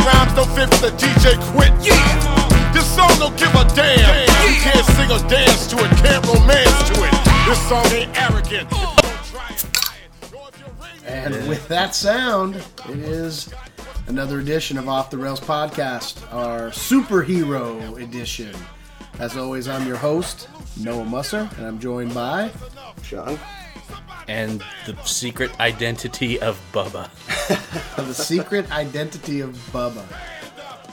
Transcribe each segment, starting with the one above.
fifth, the DJ quit. Yeah. This song don't give a damn. You can't sing or dance to it, can't romance to it. This song ain't arrogant. Don't try and hide it. Or if you're raising- And with that sound, it is another edition of Off the Rails Podcast, our superhero edition. As always, I'm your host, Noah Musser, and I'm joined by. Sean. and the secret identity of Bubba. of the secret identity of Bubba.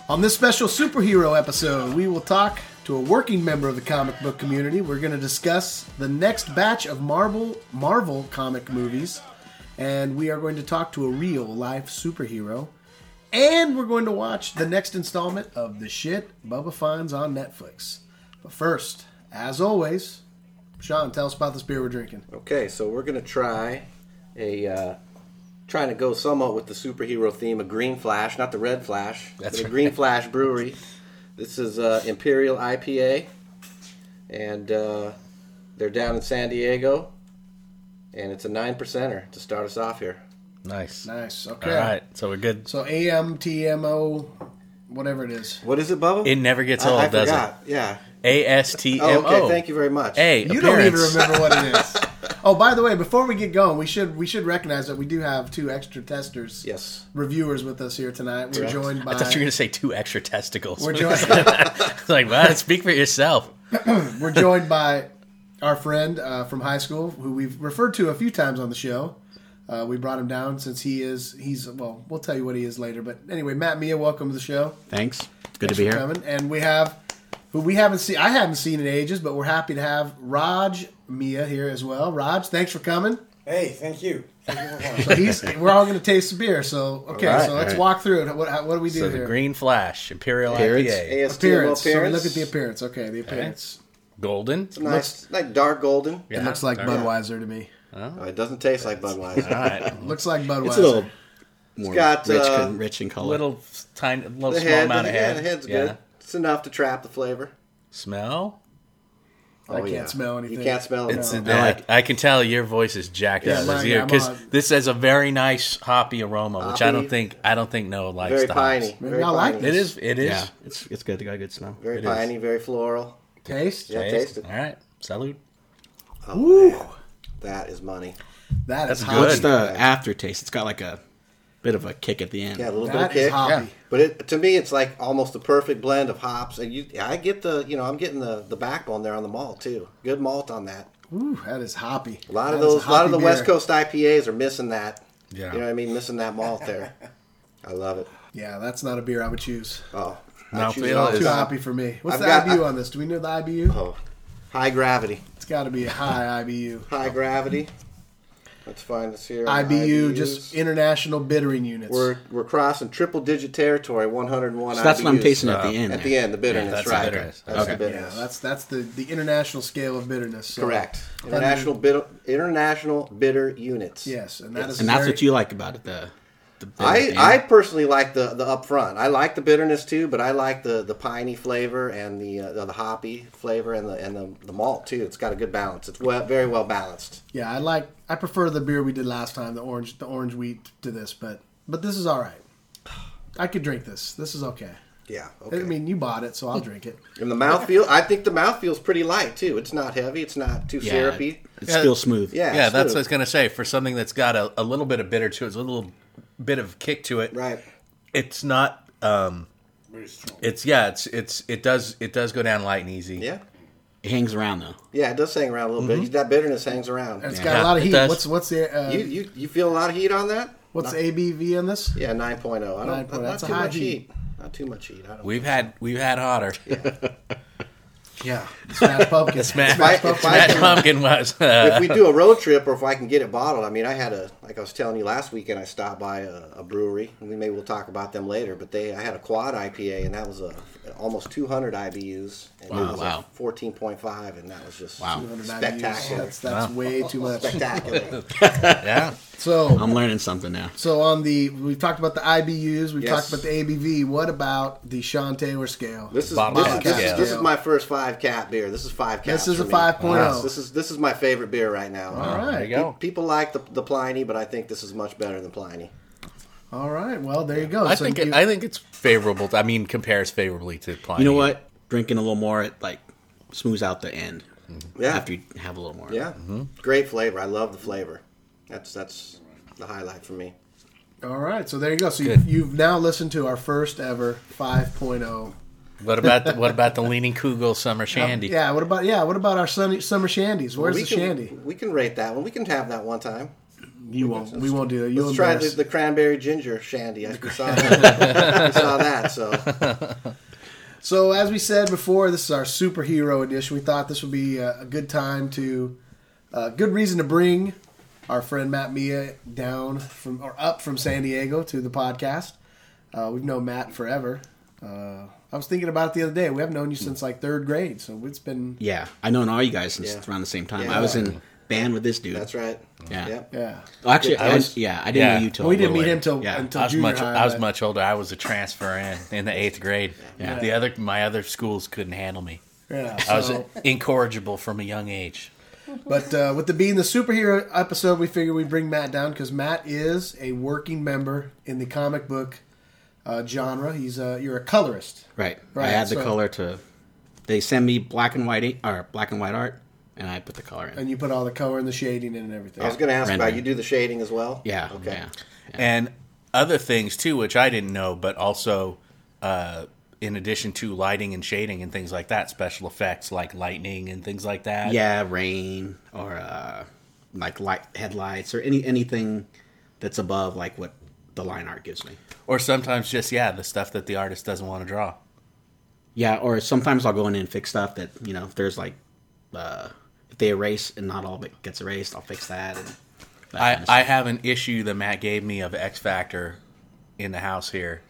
On this special superhero episode, we will talk to a working member of the comic book community. We're going to discuss the next batch of Marvel Marvel comic movies, and we are going to talk to a real life superhero. And we're going to watch the next installment of the shit Bubba finds on Netflix. But first, as always, Sean, tell us about this beer we're drinking. Okay, so we're gonna try a uh, trying to go somewhat with the superhero theme, a Green Flash, not the Red Flash, That's but a right. Green Flash Brewery. This is uh, Imperial IPA, and uh, they're down in San Diego, and it's a nine percenter to start us off here. Nice. Nice. Okay. All right, so we're good. So AMTMO, whatever it is. What is it, Bubba? It never gets I- old, I does forgot. Yeah. it? A S T Oh, E M O. okay. Thank you very much. Hey, You appearance. don't even remember what it is. oh, by the way, before we get going, we should we should recognize that we do have two extra testers, Yes. reviewers with us here tonight. We're joined by I thought you were going to say two extra testicles. we're joined like, well, speak for yourself. we're joined by our friend uh, from high school who we've referred to a few times on the show. Uh, we brought him down since he is he's well we'll tell you what he is later. But anyway, Matt Mia, welcome to the show. Thanks. It's good to be here. coming. And we have who we haven't seen. I haven't seen in ages, but we're happy to have Raj Mia here as well. Raj, thanks for coming. Hey, thank you. Thank you for watching. So he's, we're all going to taste the beer. So okay, All right, so all let's right. walk through it. What, how, what do we do So the here? Green Flash, Imperial Appearance. IPA. ASTMO appearance. So we appearance. look at the appearance. Okay, the appearance. Golden. Nice, like dark golden. Yeah. It looks like All right. Budweiser to me. Oh, it doesn't taste like Budweiser. All right. Looks like Budweiser. It's a little more got, rich, uh, con- rich in color. Little tiny, little The small head, amount the, of yeah, head. the head's Yeah. good. It's enough to trap the flavor. Smell. I can't smell anything. You can't smell It's anything. I, like- I can tell your voice is jacked Yeah, up mine- I'm because on- this has a very nice hoppy aroma, which I don't Hoppy. think I don't think no likes. very the hops. piney. Maybe Very I like piney. It is. It is. yeah, it's it's good. It got a good smell. Very It is. piney, very floral. taste. Yeah, Okay. taste it. All right. Salud. Oh, man. That is money. That is That's hot. What's good. the aftertaste? It's got like a bit of a kick at the end. Yeah, a little That is bit of kick. hoppy. Yeah. But it, to me, it's like almost the perfect blend of hops. And you, I get the, you know, I'm getting the, the backbone there on the malt too. Good malt on that. Ooh, that is hoppy. A lot of That is those, a lot of the hoppy West beer. Coast IPAs are missing that. Yeah. You know what I mean? Missing that malt there. I love it. Yeah, that's not a beer I would choose. Oh, I Mouthfeel choose it all the is- Too time. hoppy for me. What's I've the got- IBU on this? Do we know the IBU? Oh, high gravity. It's got to be a high IBU. High gravity. Let's find this here. on IBU, IBUs. just international bittering units. we're we're crossing triple digit territory. One hundred and one. So that's what I'm IBUs. tasting at the Uh, end At there. the end, the bitterness, that's the right? bitterness. That's Okay. the yeah, bitterness. that's that's the the international scale of bitterness. so- Correct. International bitter, international bitter units. Yes, and that is and that's very- what you like about it. The, the bit at I, the I end. personally like the the upfront. I like the bitterness too, but I like the the piney flavor and the uh, the hoppy flavor and the and the, the malt too. It's got a good balance. It's well very well balanced. Yeah, I like. I prefer the beer we did last time, the orange, the orange wheat to this, but but this is all right. I could drink this. This is okay. Yeah. Okay. I mean, you bought it, so I'll drink it. and the mouthfeel, I think the mouthfeel's pretty light too. It's not heavy. It's not too yeah, syrupy. It's Yeah. still smooth. Yeah. yeah, that's smooth. what I was gonna say. For something that's got a, a little bit of bitter to it, it's a little bit of kick to it. right. It's not. Um, Very strong. it's yeah. It's it's it does it does go down light and easy. Yeah. It hangs around though. Yeah, it does hang around a little bit. Mm-hmm. That bitterness hangs around. And It's Yeah. got Yeah, a lot of it heat. does. What's what's the uh, You, you you feel a lot of heat on that? what's the ABV on this? Yeah, 9.0. I don't, 9.0, not that's a too high much heat. heat. Not too much heat. I don't We've had we've had hotter. Yeah, smash pumpkin. Matt, I- if I Matt can- Pumpkin was. Uh, if we do a road trip or if I can get it bottled, I mean, I had a, like I was telling you last weekend, I stopped by a, a brewery. and We maybe we'll talk about them later, but they, I had a quad IPA and that was a almost 200 IBUs. And Wow, it was wow. a 14.5 and that was just Wow. 200 IBUs. spectacular. That's that's way too much. Spectacular. yeah. So I'm learning something now. so on the we've talked about the IBUs. We've Yes. talked about the ABV. What about the Sean Taylor scale? This is, Bottom this, is, line, this, yeah. is, this is my first five cap beer. This is five cap. This is a 5.0. 5.0. This is this is my favorite beer right now. all right. There you go. People like the, the Pliny, but I think this is much better than Pliny. All right. Well, there you go. I So think you- it, I think it's favorable. To, I mean, compares favorably to Pliny. You know what? Drinking a little more, it like smooths out the end Mm-hmm. Yeah. after you have a little more. Yeah. Mm-hmm. Great flavor. I love the flavor. That's that's the highlight for me. All right. So there you go. So you, Good. you've now listened to our first ever 5.0. What about the, what about the Leaning Kugel Summer Shandy? Yeah. What about yeah? What about our sunny, summer shandies? Where's we the can, shandy? We can rate that one. We can have that one time. You won't. We won't do that. You'll Let's try the, embarrass- the cranberry ginger shandy. I we saw that. we saw that. So So as we said before, this is our superhero edition. We thought this would be a, a good time to, uh, good reason to bring our friend Matt Mia down from or up from San Diego to the podcast. Uh, we've known Matt forever. Uh, I was thinking about it the other day. We haven't known you since like third grade, so it's been Yeah. I known all you guys since Yeah. around the same time. Yeah. I was in band with this dude. that's right. Yeah. Yep. yeah. Oh, actually, I was- yeah, I didn't yeah. know you till We a didn't little meet him later. till yeah. until I was junior much high. I was but- much older. I was a transfer in in the eighth grade. Yeah. The other my other schools couldn't handle me. Yeah, I was so- incorrigible from a young age. But uh, with the being the superhero episode, we figure we bring Matt down because Matt is a working member in the comic book uh, genre. He's uh, you're a colorist, Right. Right, I add the so- color to. They send me black and white or black and white art, and I put the color in. and you put all the color and the shading in and everything. I was going to ask about Rendering. you do the shading as well. yeah. Okay. Yeah. and other things too, which I didn't know, but also uh, in addition to lighting and shading and things like that, special effects like lightning and things like that. Yeah, rain or uh, like light headlights or any anything that's above like what the line art gives me. Or sometimes just yeah, the stuff that the artist doesn't want to draw. Yeah, or sometimes I'll go in and fix stuff that you know if there's like uh, if they erase and not all of it gets erased, I'll fix that. And that kind I, of stuff. I have an issue that Matt gave me of X Factor in the house here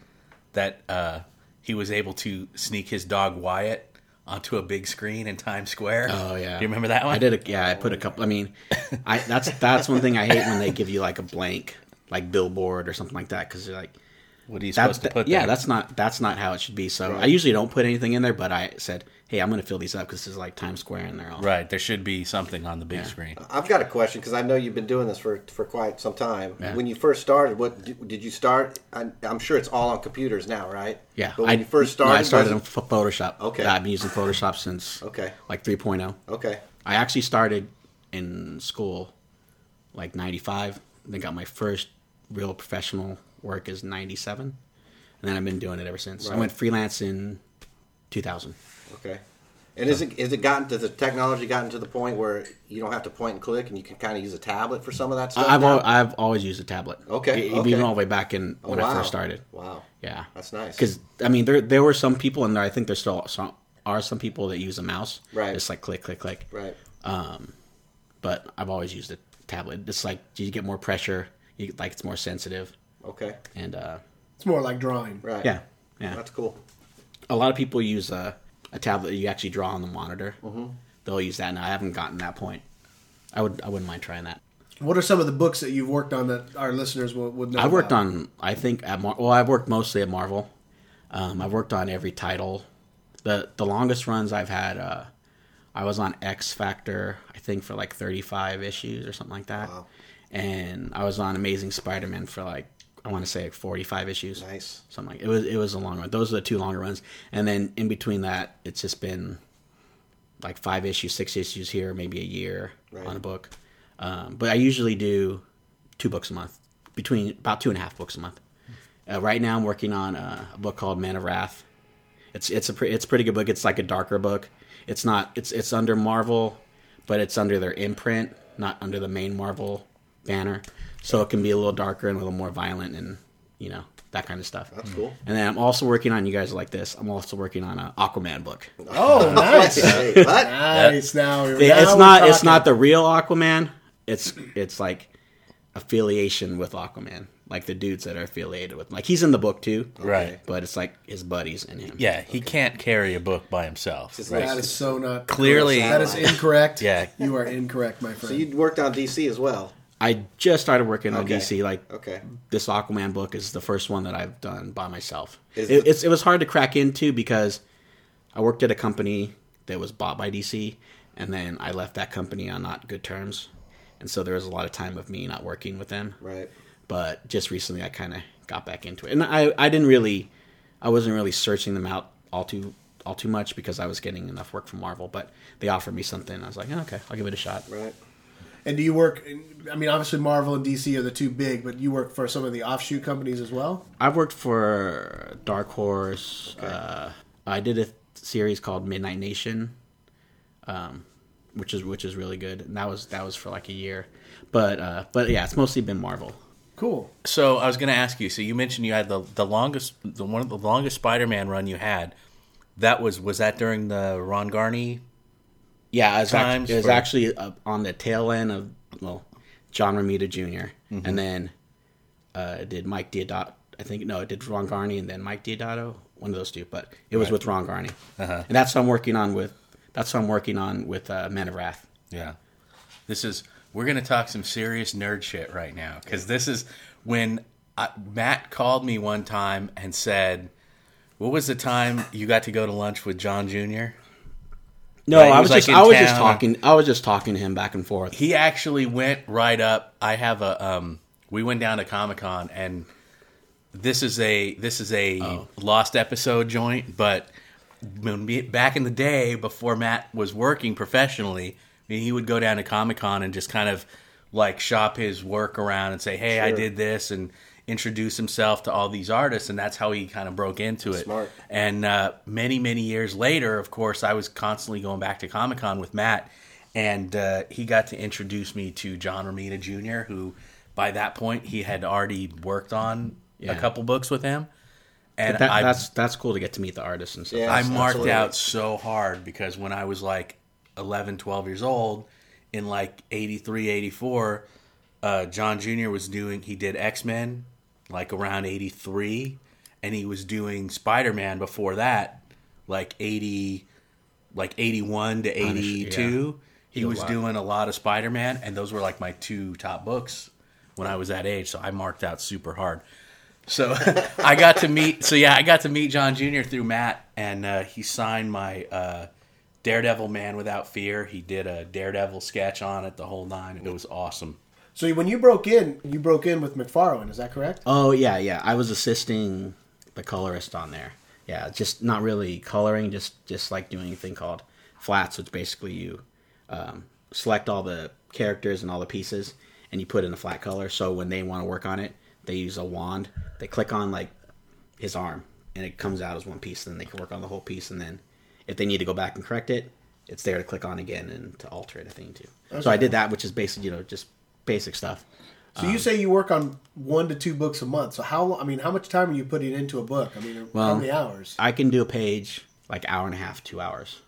that uh, he was able to sneak his dog Wyatt onto a big screen in Times Square. Oh yeah, Do you remember that one? I did. A, yeah, I put a couple. I mean, I that's that's one thing I hate when they give you like a blank like billboard or something like that because you're like What are you that's supposed to put? yeah there? that's not that's not how it should be. So I usually don't put anything in there, but I said hey I'm gonna fill these up because this is like Times Square and they're all right. There should be something on the big screen. I've got a question because I know you've been doing this for, for quite some time. When you first started, what did, did you start? I'm, I'm sure it's all on computers now, right? Yeah, But when I, you first no, started, I started in was Ph- Photoshop. Okay. I've been using Photoshop since Okay. like 3.0. it- okay. I actually started in school like 95. Then got my first real professional work is 97. And then I've been doing it ever since. I Right. went freelance in 2000. Okay. And is it is it gotten to the technology gotten to the point where you don't have to point and click and you can kind of use a tablet for some of that stuff? I, I've now? al- I've always used a tablet. Okay, E- okay. even all the way back in Oh, when I wow. first started. Wow. Yeah, That's nice. Because I mean, there there were some people, and there I think there still some, are some people that use a mouse. Right. It's like click, click, click. Um, Right. but I've always used a tablet. It's like you get more pressure, you like it's more sensitive, Okay. and uh, It's more like drawing. Right. yeah, yeah. That's cool. A lot of people use a, a tablet that you actually draw on the monitor. Mm-hmm. They'll use that, and I haven't gotten that point. I would I wouldn't mind trying that. What are some of the books that you've worked on that our listeners would, would know? I worked about? on I think at Mar- well I've worked mostly at Marvel. Um, I've worked on every title. the The longest runs I've had, uh, I was on X Factor I think for like thirty five issues or something like that, and I was on Amazing Spider Man for like I want to say like forty five issues. Nice. Something like it was it was a long run. Those are the two longer runs, and then in between that, it's just been like five issues, six issues here, maybe a year Right. on a book. Um, but I usually do two books a month, between about two and a half books a month. Uh, right now, I'm working on uh, a book called Man of Wrath. It's it's a pre- it's a pretty good book. It's like a darker book. It's not it's it's under Marvel, but it's under their imprint, not under the main Marvel banner. So it can be a little darker and a little more violent, and you know that kind of stuff. That's cool. And then I'm also working on you guys like this. I'm also working on an Aquaman book. Oh, nice, Hey, what? nice. Now, They- now it's we're not it's talking. not the real Aquaman. It's it's like affiliation with Aquaman, like the dudes that are affiliated with. Like he's in the book too, Right. But it's like his buddies and him. Yeah, he can't carry a book by himself. Just That like- is so not Clearly- That is incorrect. Yeah. you are incorrect, my friend. so you worked on DC as well. I just started working on Okay. DC. Like Okay. this Aquaman book is the first one that I've done by myself. Is It, the- it's, it was hard to crack into because I worked at a company that was bought by DC, and then I left that company on not good terms, and so there was a lot of time of me not working with them. Right. but just recently I kind of got back into it, and I I didn't really I wasn't really searching them out all too all too much because I was getting enough work from Marvel, but they offered me something. I was like, "Oh, okay, I'll give it a shot. Right. And do you work? I mean, obviously Marvel and DC are the two big, but you work for some of the offshoot companies as well. I've worked for Dark Horse. Uh, I did a series called Midnight Nation, um, which is which is really good, and that was that was for like a year. But uh, but yeah, it's mostly been Marvel. Cool. So I was going to ask you. So you mentioned you had the the longest the one of the longest Spider-Man run you had. That was was that during the Ron Garney? Yeah, it was, Times act- it was for- actually uh, on the tail end of well, John Romita junior Mm-hmm. and then uh, it did Mike Diodato. I think no, it did Ron Garney and then Mike Diodato, one of those two. But it was with Ron Garney, Uh-huh. and that's what I'm working on with. That's what I'm working on with uh, Men of Wrath. Yeah. This is we're going to talk some serious nerd shit right now cuz this is when I, Matt called me one time and said, "What was the time you got to go to lunch with John Jr.?" No, Right, he I was, was, like, just in I was just town. talking I was just talking to him back and forth. he actually went right up. I have a um we went down to Comic Con and this is a this is a lost episode joint, but when me- back in the day before Matt was working professionally, I mean, he would go down to Comic Con and just kind of like shop his work around and say, "Hey, I did this," and introduce himself to all these artists, and that's how he kind of broke into it. Smart. And uh, many, many years later, of course, I was constantly going back to Comic Con with Matt, and uh, he got to introduce me to John Romita Jr., who by that point he had already worked on a Yeah. couple books with him. And That, I, that's that's cool to get to meet the artists and stuff. Yeah. I Yes, marked absolutely. out so hard because when I was like 11, 12 years old, in like 83, 84, uh, John Jr. was doing, he did X Men like around 83, and he was doing Spider Man before that, like 80, like 81 to 82. He did a was lot. doing a lot of Spider Man, and those were like my two top books when I was that age. So I marked out super hard. So I got to meet. So yeah, I got to meet John Jr. through Matt, and uh, he signed my uh, Daredevil Man Without Fear. He did a Daredevil sketch on it, the whole nine, and it was awesome. So when you broke in, you broke in with McFarlane. Is that correct? Oh yeah, yeah. I was assisting the colorist on there. Yeah, just not really coloring, just just like doing a thing called flats, which basically you um, select all the characters and all the pieces, and you put in a flat color. So when they want to work on it, they use a wand. They click on like his arm, and it comes out as one piece. And then they can work on the whole piece, and then if they need to go back and correct it, it's there to click on again and to alter it a thing too. So I did that, which is basically you know just basic stuff. So Um, you say you work on one to two books a month. So how? I mean, how much time are you putting into a book? I mean, how Well, many hours? I can do a page like hour and a half, two hours.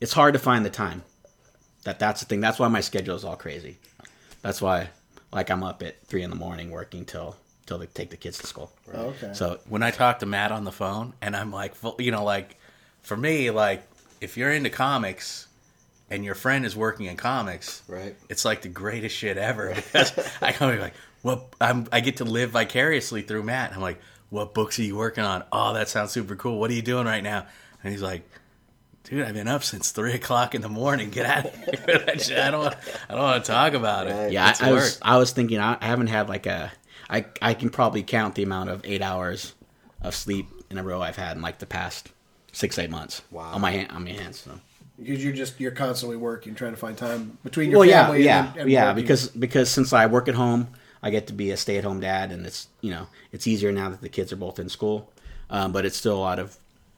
It's hard to find the time. That that's the thing. That's why my schedule is all crazy. That's why, like, I'm up at three in the morning working till till they take the kids to school. Oh, okay. So When I talked to Matt on the phone, and I'm like, full- you know, like for me, like if you're into comics and your friend is working in comics, Right. It's like the greatest shit ever because I come in like, well, I'm I get to live vicariously through Matt. And I'm like, what books are you working on? Oh, that sounds super cool. What are you doing right now? And he's like, dude, I've been up since three o'clock in the morning. Get out of here. That shit, I don't, I don't want to talk about it. Right. yeah, It's I, I was work. I was thinking I, I haven't had like a I I can probably count the amount of eight hours of sleep in a row I've had in like the past six eight months. Wow. On my hand, on my hands. So. Because you're just you're constantly working, trying to find time between your well, yeah, family. yeah, and, and yeah. working. Because because since I work at home, I get to be a stay at home dad, and it's you know it's easier now that the kids are both in school. Um, but it's still a lot of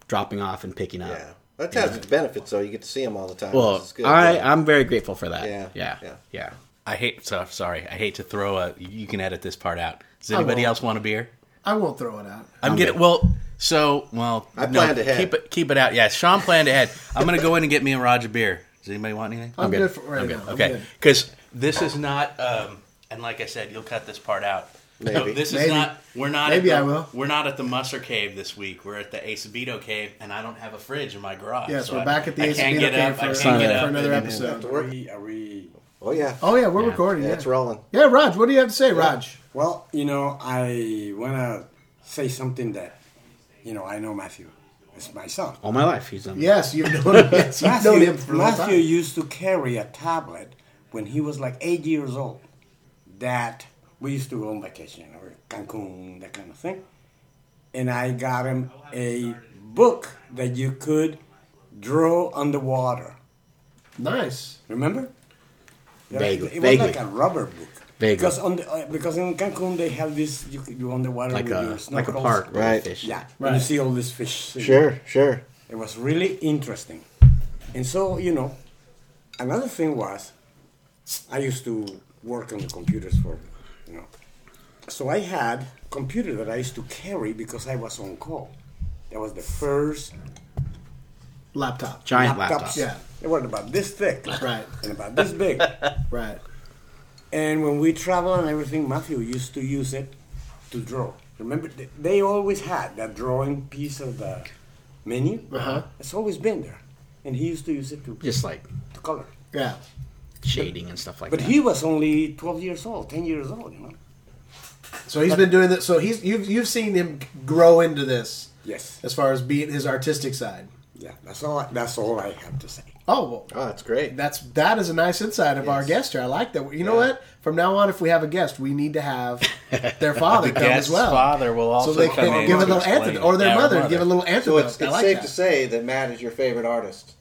dropping off and picking up. Yeah. That has its benefits, though. You get to see them all the time. Well, which is good. I Yeah. I'm very grateful for that. Yeah, yeah, yeah. yeah. I hate. So sorry. I hate to throw a. You can edit this part out. Does won't. anybody else want a beer? I won't throw it out. I'm, getting well. So well, I planned ahead. Keep it, keep it out. Yeah, Sean planned ahead. I'm gonna go in and get me and Roger beer. Does anybody want anything? I'm, good. good. for right now. I'm Okay, good. because this is not. uh, Um, and like I said, you'll cut this part out. Maybe. this is Maybe. not. We're not. Maybe at the, I will. We're not at the Musser Cave this week. We're at the Acevedo Cave, and I don't have a fridge in my garage. Yes, so we're I- back at the I Ace can't Vito get Cave up. for, I for can't get up. another and- episode. and- Are we, are we? oh, yeah. Oh yeah, we're Yeah. recording. yeah. Yeah. It's rolling. Yeah, Raj, what do you have to say, Raj? Well, you know, I wanna say something that, you know, I know Matthew. It's myself. All my life, he's on. Yes, you've known him. Yes, you've known Matthew, him for a long Matthew time. used to carry a tablet when he was like eight years old that we used to go on vacation or Cancun, that kind of thing. And I got him a book that you could draw underwater. Nice. Remember? Yeah, Vaguely, It was vaguely. like a rubber book. Vaguely. Because on the, uh, because in Cancun they have this you could do underwater like with your a like a snorkels. park with Right. fish. Yeah, and you see all these fish. Sure, sure. It was really interesting. And so, you know, another thing was I used to work on the computers for, you know. So I had a computer that I used to carry because I was on call. That was the first Laptop. giant laptops. laptop. Yeah. They were about this thick. Right. And about this big. Right. And when we travel and everything, Matthew used to use it to draw. Remember, th- they always had that drawing piece of the menu. Uh-huh. It's always been there. And he used to use it to, Just like to color. Yeah. shading and stuff like But that. he was only 12 years old, 10 years old, you know? So he's been doing this. So he's you've you've seen him grow into this Yes. as far as being his artistic side. Yeah, that's all I, that's all I have to say. Oh well, Oh, that's great. that's that is a nice insight of our guest here. I like that. You know what? From now on, if we have a guest, we need to have their father come as guest's well. father will also so they come can in give a to little explain antidote, it. or their Yeah, or mother, mother. give a little So antidote. it's, I it's like safe that. to say that Matt is your favorite artist.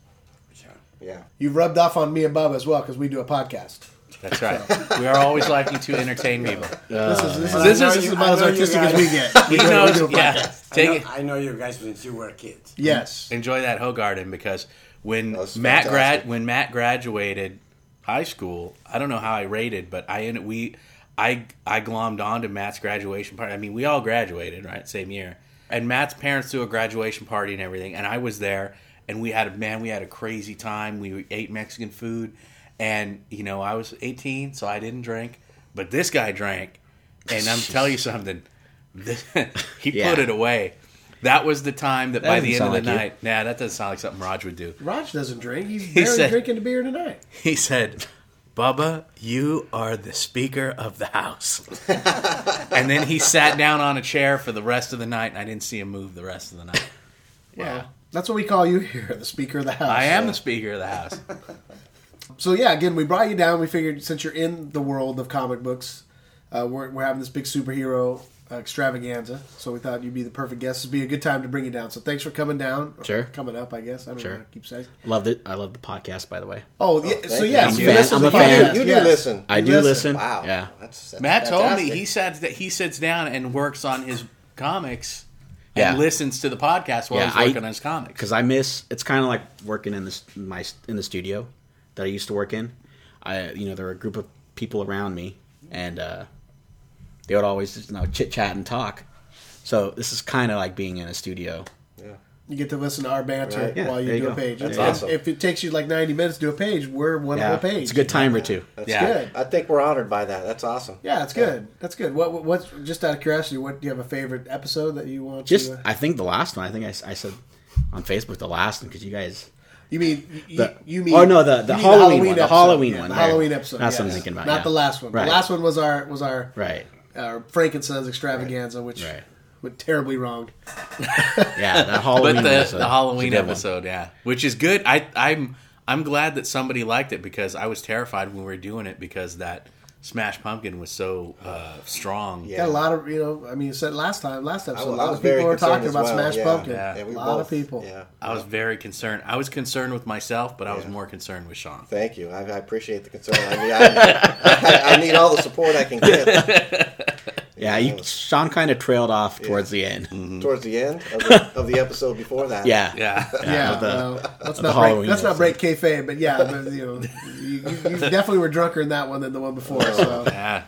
Yeah. You've rubbed off on me and Bob as well because we do a podcast. That's right. we are always liking to entertain people. this is this, is, man. this, I know is you- about I as know you artistic as guys- we get. He We do- we knows. do a podcast. Yeah, I know, take it. I know you guys since you were kids. Yes. enjoy that Hogarden because when That's Matt grad fantastic. when Matt graduated high school, I don't know how I rated, but I ended we I I glommed on to Matt's graduation party. I mean, we all graduated right same year, and Matt's parents threw a graduation party and everything, and I was there, and we had a man, we had a crazy time. We ate Mexican food, and you know I was 18, so I didn't drink, but this guy drank, and I'm telling you something, he Yeah. put it away. That was the time that, by doesn't the end of the sound like you. night, nah, that doesn't sound like something Raj would do. Raj doesn't drink. He's barely said- drinking a beer tonight. He said, Bubba, you are the speaker of the house. and then he sat down on a chair for the rest of the night, and I didn't see him move the rest of the night. Yeah. That's what we call you here, the Speaker of the House. I am the speaker of the house. So yeah, again, we brought you down. We figured since you're in the world of comic books, uh, we're, we're having this big superhero uh, extravaganza. So we thought you'd be the perfect guest. This would be a good time to bring you down. So thanks for coming down. or Sure. Coming up, I guess. I don't Sure. know. How to keep saying. loved it. I love the podcast, by the way. Oh, yeah, so you. yeah, I'm so a you fan. listen I'm to a the fan. podcast, You yes. do listen. I You do listen. listen. Wow. Yeah. That's, that's Matt told me fantastic. he sat that he sits down and works on his comics Yeah. and listens to the podcast while Yeah, he's working I- on his comics. because I miss. It's kind of like working in this my in the studio that I used to work in. I you know there were a group of people around me, and uh, they would always just, you know chit chat and talk. So this is kind of like being in a studio. You get to listen to our banter Right. Yeah, while you there you do a go. page. That's If- awesome. If it takes you like 90 minutes to do a page, we're one Yeah, whole page. it's a good time or two. yeah. Good. I think we're honored by that. That's awesome. Yeah, it's good. That's good. What, what what's just out of curiosity? What do you have a favorite episode that you want? Just to, uh, I think the last one. I think I, s- I said on Facebook the last one because you guys. you mean you, The- you mean? oh, no, the- the you mean Halloween one, the episode. Halloween Yeah, one, the right. Halloween episode. That's what I'm yes. thinking about, Not yeah. the last one. Right. The last one was our was our Right. uh, Frankenstein's extravaganza, which Right. went terribly wrong. Yeah, that Halloween. but the, episode was the a Halloween good one. episode, yeah, which is good. I I'm I'm glad that somebody liked it because I was terrified when we were doing it because that Smash Pumpkin was so uh, strong. Yeah. Got a lot of you know. I mean, you said last time, last episode, I was- a I lot was of very people were concerned talking as about well. Smash Yeah. Pumpkin. Yeah. Yeah, a we lot of both- people. Yeah. I was very concerned. I was concerned with myself, but I was more concerned with Sean. Thank you. I, I appreciate the concern. I mean, I, I, I need all the support I can get Yeah, you, Sean kind of trailed off towards the end. Mm-hmm. towards the end of the, of the episode before that. Yeah. Yeah, Yeah, of the- well, let's not break, Halloween let's not break kayfabe, but yeah, but, you know, you, you, you definitely were drunker in that one than the one before. So, yeah.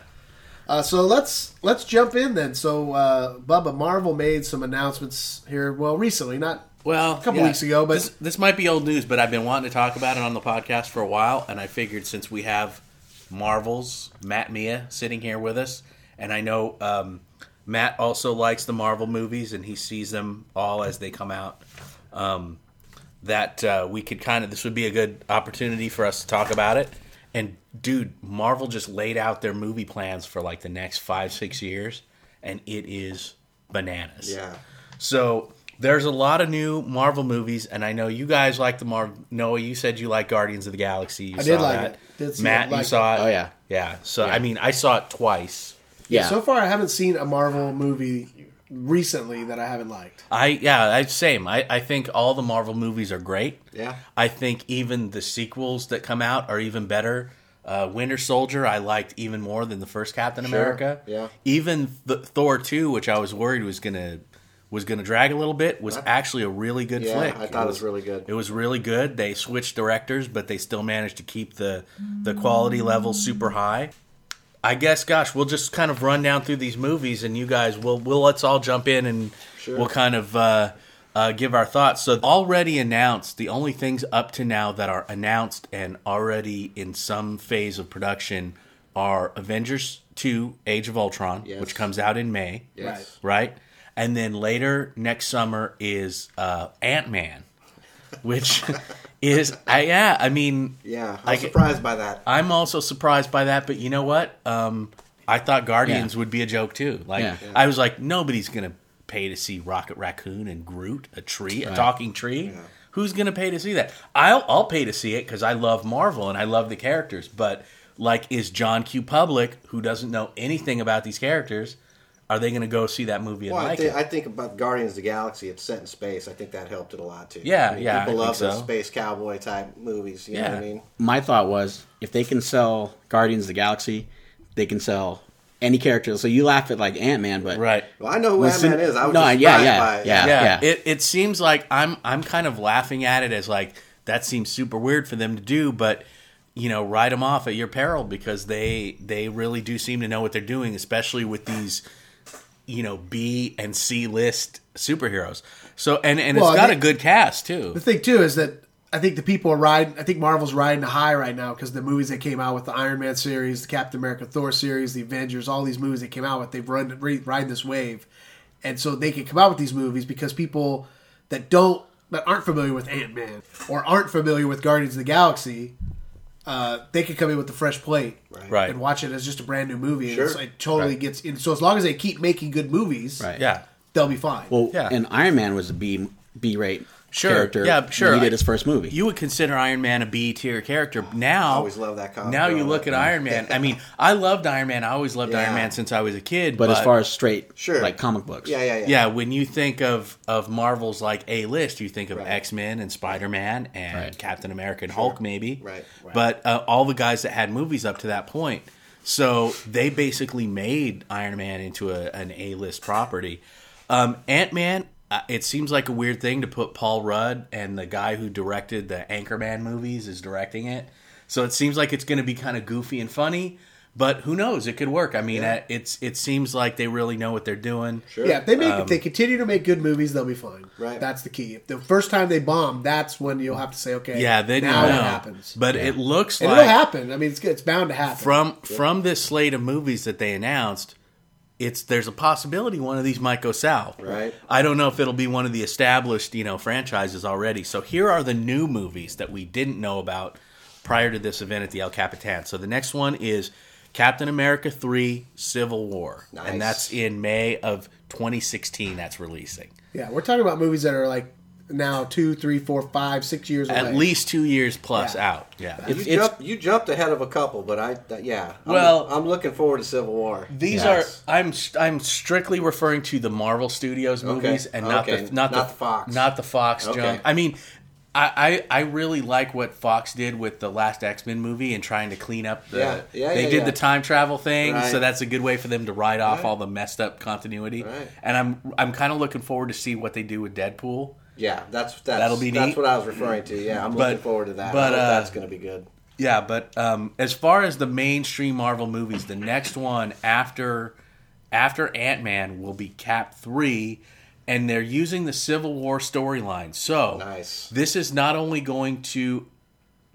uh, so let's let's jump in then. So, uh, Bubba, Marvel made some announcements here, well, recently, not Well, a couple yeah. weeks ago, but this, this might be old news, but I've been wanting to talk about it on the podcast for a while, and I figured since we have Marvel's Matt Mia sitting here with us, and I know um, Matt also likes the Marvel movies and he sees them all as they come out. Um, that uh, we could kind of this would be a good opportunity for us to talk about it. And dude, Marvel just laid out their movie plans for like the next five six years, and it is bananas. Yeah. So there's a lot of new Marvel movies, and I know you guys like the Marvel. Noah, you said you like Guardians of the Galaxy. You I did saw like that. it. Did see it, Matt, you liked saw it. Oh, yeah. yeah. So I mean, I saw it twice. Yeah. So far, I haven't seen a Marvel movie recently that I haven't liked. I yeah, I same. I, I think all the Marvel movies are great. Yeah. I think even the sequels that come out are even better. Uh, Winter Soldier, I liked even more than the first Captain America. yeah. Even the Thor two, which I was worried was gonna was gonna drag a little bit, was actually a really good Yeah, flick. I thought it was really good. It was really good. They switched directors, but they still managed to keep the the quality level super high. I guess, gosh, we'll just kind of run down through these movies, and you guys, we'll, we'll let's all jump in and we'll kind of uh, uh, give our thoughts. So, already announced, the only things up to now that are announced and already in some phase of production are Avengers 2 Age of Ultron, Yes. which comes out in May, Yes. right? And then later next summer is uh, Ant Man, which is, I, yeah, I mean, Yeah, I'm I get- surprised by that. I'm also surprised by that, but you know what? Um, I thought Guardians Yeah. would be a joke too. Like Yeah. I was like, nobody's gonna pay to see Rocket Raccoon and Groot, a tree, a talking tree. Who's gonna pay to see that? I'll I'll pay to see it because I love Marvel and I love the characters. But like, is John Q. Public, who doesn't know anything about these characters, are they gonna go see that movie and Well, I, like thi- it? I think about Guardians of the Galaxy. It's set in space. I think that helped it a lot too. Yeah, I mean, yeah, People I love think those so. space cowboy type movies. You know Yeah. what I mean? my thought was if they can sell Guardians of the Galaxy, they can sell any character. So you laugh at like Ant Man, but right. Well, I know who Ant Listen- Man is. I was No, just yeah, surprised yeah, by it. yeah. yeah, It, it seems like I'm I'm kind of laughing at it as like that seems super weird for them to do, but you know, write them off at your peril because they they really do seem to know what they're doing, especially with these you know B and C list superheroes. So and and Well, it's got they- a good cast too. The thing too is that I think the people are riding. I think Marvel's riding high right now because the movies that came out with the Iron Man series, the Captain America, Thor series, the Avengers, all these movies that came out with, they've run re, ride this wave, and so they can come out with these movies because people that don't that aren't familiar with Ant Man or aren't familiar with Guardians of the Galaxy, uh, they can come in with a fresh plate Right. and watch it as just a brand new movie. Sure. And it's, it totally gets in. So as long as they keep making good movies, Right. Yeah. they'll be fine. Well, Yeah. and Iron Man was a B B rate Sure, character. yeah, when sure. he I- did his first movie. You would consider Iron Man a B tier character. Now, I always loved that comic Now you growing look up, at man. Iron Man. I mean, I loved Iron Man. I always loved Yeah. Iron Man since I was a kid. but, as far as straight, Sure. like comic books, Yeah, yeah, yeah. yeah when you think of of marvel's like a list you think of Right. x-men and spider-man and Right. captain america and hulk maybe Right, right. but uh, all the guys that had movies up to that point so they basically made iron man into a, an a-list property um, ant-man uh, it seems like a weird thing to put paul rudd and the guy who directed the anchorman movies is directing it so it seems like it's going to be kind of goofy and funny but who knows? It could work. I mean, uh, it's it seems like they really know what they're doing. Um, Sure. Yeah, if they make if they continue to make good movies, they'll be fine. Right. That's the key. If the first time they bomb, that's when you'll have to say, okay, Yeah, then now you it know. happens. But it looks and like it'll happen. I mean, it's it's bound to happen. from from this slate of movies that they announced, it's there's a possibility one of these might go south. Right. I don't know if it'll be one of the established you know franchises already. So here are the new movies that we didn't know about prior to this event at the El Capitan. So the next one is Captain America three Civil War, Nice. and that's in May of 2016. That's releasing. yeah, we're talking about movies that are like now two, three, four, five, six years At away. least two years plus Yeah. out. Yeah. It's, You, it's jumped, you jumped ahead of a couple, but I, th- yeah. I'm- Well- I'm, looking forward to Civil War. These Yes. are I'm I'm strictly referring to the Marvel Studios movies and not Okay. the not, Not the the Fox. not the Fox Okay. junk. I mean, I, I I really like what Fox did with the last X Men movie and trying to clean up the Yeah. Yeah, they yeah, did yeah. the time travel thing, so Right. that's a good way for them to write off Right. all the messed up continuity. Right. And I'm I'm kind of looking forward to see what they do with Deadpool. Yeah, that's, that's That'll be that's neat. what I was referring to. Yeah, I'm looking But- forward to that. I but, hope uh, that's going to be good. Yeah, but um, as far as the mainstream Marvel movies, the next one after after Ant Man will be Cap three, and they're using the Civil War storyline. So Nice. This is not only going to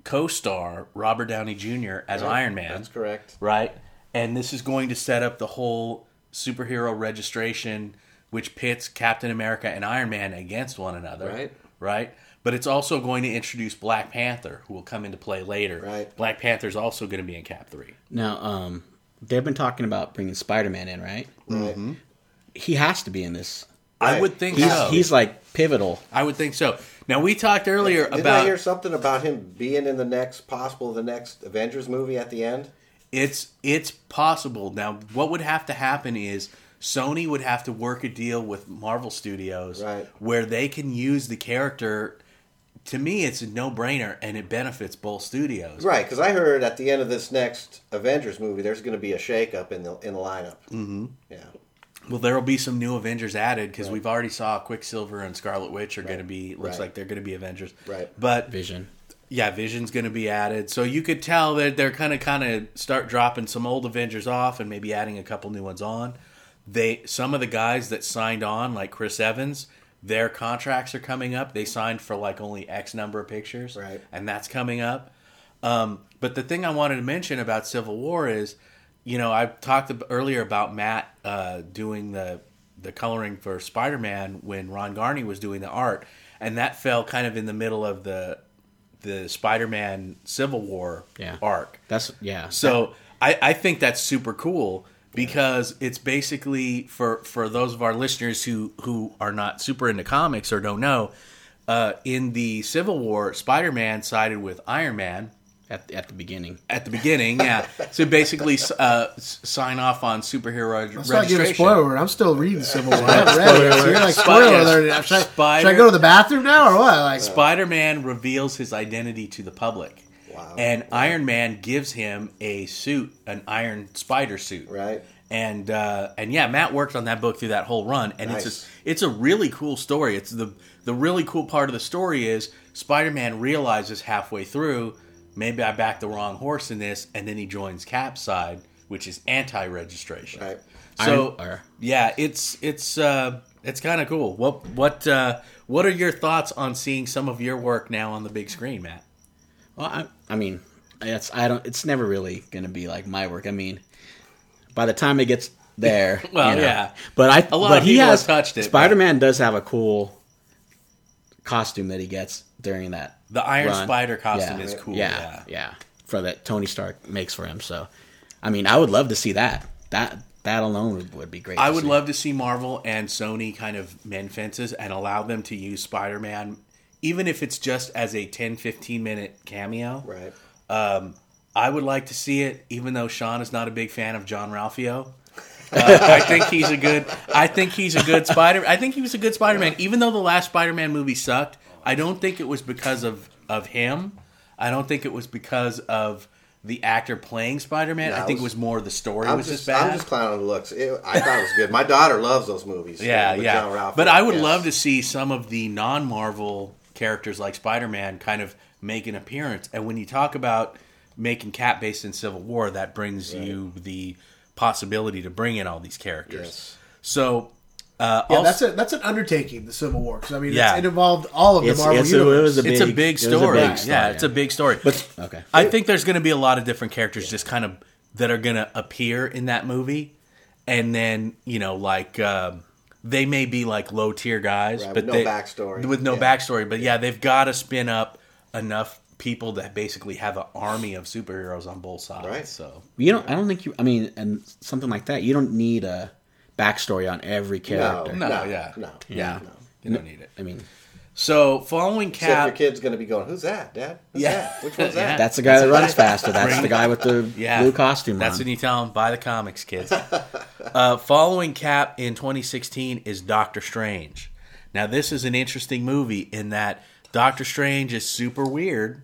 co-star Robert Downey Jr. as Iron Man. That's correct. Right. And this is going to set up the whole superhero registration, which pits Captain America and Iron Man against one another. Right. Right. But it's also going to introduce Black Panther, who will come into play later. Right. Black Panther's also going to be in Cap 3. now um, they've been talking about bringing Spider Man in, right? Right. He has to be in this. Mm-hmm. I Right. would think He's, so. he's like pivotal. I would think so. Now, we talked earlier Didn't I about. hear something about him being in the next possible the next Avengers movie at the end? It's it's possible. Now, what would have to happen is Sony would have to work a deal with Marvel Studios Right. where they can use the character. To me, it's a no-brainer, and it benefits both studios. Right, because I heard at the end of this next Avengers movie, there's going to be a shakeup in the in the lineup. Mm-hmm. Yeah, Well, there will be some new Avengers added because we've already saw Quicksilver and Scarlet Witch are going to be. Looks Right. like they're going to be Avengers. Right. But Vision. yeah, Vision's going to be added. So you could tell that they're kind of kind of start dropping some old Avengers off and maybe adding a couple new ones on. They some of the guys that signed on like Chris Evans, their contracts are coming up. They signed for like only X number of pictures. Right. And that's coming up. Um, but the thing I wanted to mention about Civil War is, you know, I talked ab- earlier about Matt uh, doing the the coloring for Spider Man when Ron Garney was doing the art, and that fell kind of in the middle of the the Spider Man Civil War Yeah. arc. That's yeah. So I, I think that's super cool because it's basically for for those of our listeners who who are not super into comics or don't know. Uh, in the Civil War, Spider Man sided with Iron Man, at, at the beginning. at the beginning, yeah. so basically, s- uh, s- sign off on superhero Let's not give a registration. spoiler. alert. I'm still reading Civil War. I haven't read it. So you're like, spoiler alert. Should I, should I Spider- go to the bathroom now or what? Like, Spider-Man reveals his identity to the public, and Iron Man gives him a suit, an Iron Spider suit, Right. And uh, and yeah, Matt worked on that book through that whole run, and it's Nice. a, it's a really cool story. It's the the really cool part of the story is Spider-Man realizes halfway through, maybe I backed the wrong horse in this, and then he joins Cap's side, which is anti-registration. Right. So Iron- or- yeah, it's it's uh, it's kind of cool. What what uh, what are your thoughts on seeing some of your work now on the big screen, Matt? Well, I, I mean, it's I don't. It's never really gonna be like my work. I mean, by the time it gets there, Well, yeah. But I, lot but of he people has have touched it, but- Spider Man does have a cool costume that he gets during that. The Iron run. Spider costume Yeah. is cool. yeah, yeah. For that Tony Stark makes for him. So, I mean, I would love to see that. That that alone would, would be great. I to would see. love to see Marvel and Sony kind of mend fences and allow them to use Spider Man, even if it's just as a 10, 15 minute cameo. Um, right. I would like to see it, even though Sean is not a big fan of John Ralphio. Uh, I think he's a good. I think he's a good Spider. I think he was a good Spider Man, even though the last Spider Man movie sucked. I don't think it was because of of him. I don't think it was because of the actor playing Spider Man. No, I think it it was- was more the story I'm was just, just bad. I'm just clowning on the looks. It, I thought it was good. My daughter loves those movies. yeah, with yeah. John Ralphio, but I would yes. love to see some of the non Marvel characters like Spider Man kind of make an appearance. And when you talk about making Cap based in Civil War, that brings you the possibility to bring in all these characters. Yes. So, uh, yeah, also, that's a that's an undertaking. The Civil War, 'cause, I mean, Yeah. it's, it involved all of the It's, Marvel it's a, it universe. was a big, it's a big it was story. big yeah, it's a big story. But okay. I think there's going to be a lot of different characters just kind of that are going to appear in that movie, and then you know, like um, they may be like low tier guys, Right, but with no they- backstory. with no Yeah. backstory. But yeah, they've got to spin up enough people that basically have an army of superheroes on both sides. Right. So You don't. I don't think you. I mean, and something like that. You don't need a backstory on every No, character. No, no, yeah. no. Yeah. you don't need it. I mean, So following Except Cap, your kid's going to be going, "Who's that, Dad? Who's Yeah. that? Which one's Yeah. that?" that's the guy that runs faster. That's the guy with the Yeah, blue costume. That's on. when you tell them buy the comics, kids. uh, following Cap in 2016 is Doctor Strange. Now this is an interesting movie in that Doctor Strange is super weird,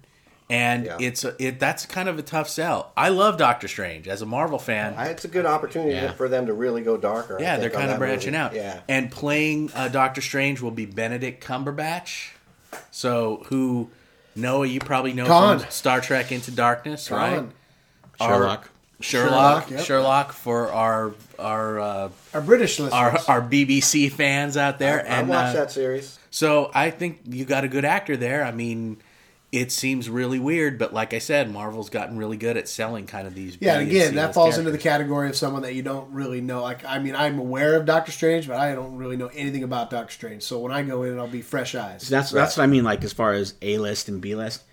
and Yeah. it's a, it that's kind of a tough sell. I love Doctor Strange as a Marvel fan. I- it's a good opportunity Yeah. for them to really go darker. I yeah, think, they're on kind of that branching movie. out. Yeah, and playing uh, Doctor Strange will be Benedict Cumberbatch. So who? Noah, you probably know Con. from Star Trek Into Darkness, right? Gone. Our- Sherlock. Sherlock, Sherlock, Sherlock, yep. for our our uh, Our British listeners. our our BBC fans out there. I and watched uh, that series. so I think you got a good actor there. I mean, it seems really weird, but like I said, Marvel's gotten really good at selling kind of these. yeah, and B and again, C that list falls into the characters. category of someone that you don't really know. Like, I mean, I'm aware of Doctor Strange, but I don't really know anything about Doctor Strange. So when I go in, I'll be fresh eyes. That's that's what I mean. Like as far as A list and B list,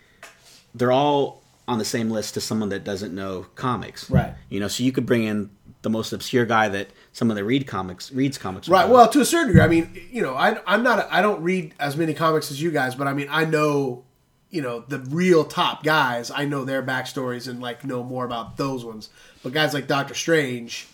they're all on the same list to someone that doesn't know comics. Right. You know, so you could bring in the most obscure guy that someone that read comics reads comics. Right. about. Well, to a certain degree, I mean, you know, I, I'm not, I don't read as many comics as you guys, but I mean, I know, you know the real top guys. I know their backstories and like know more about those ones. But guys like Doctor Strange,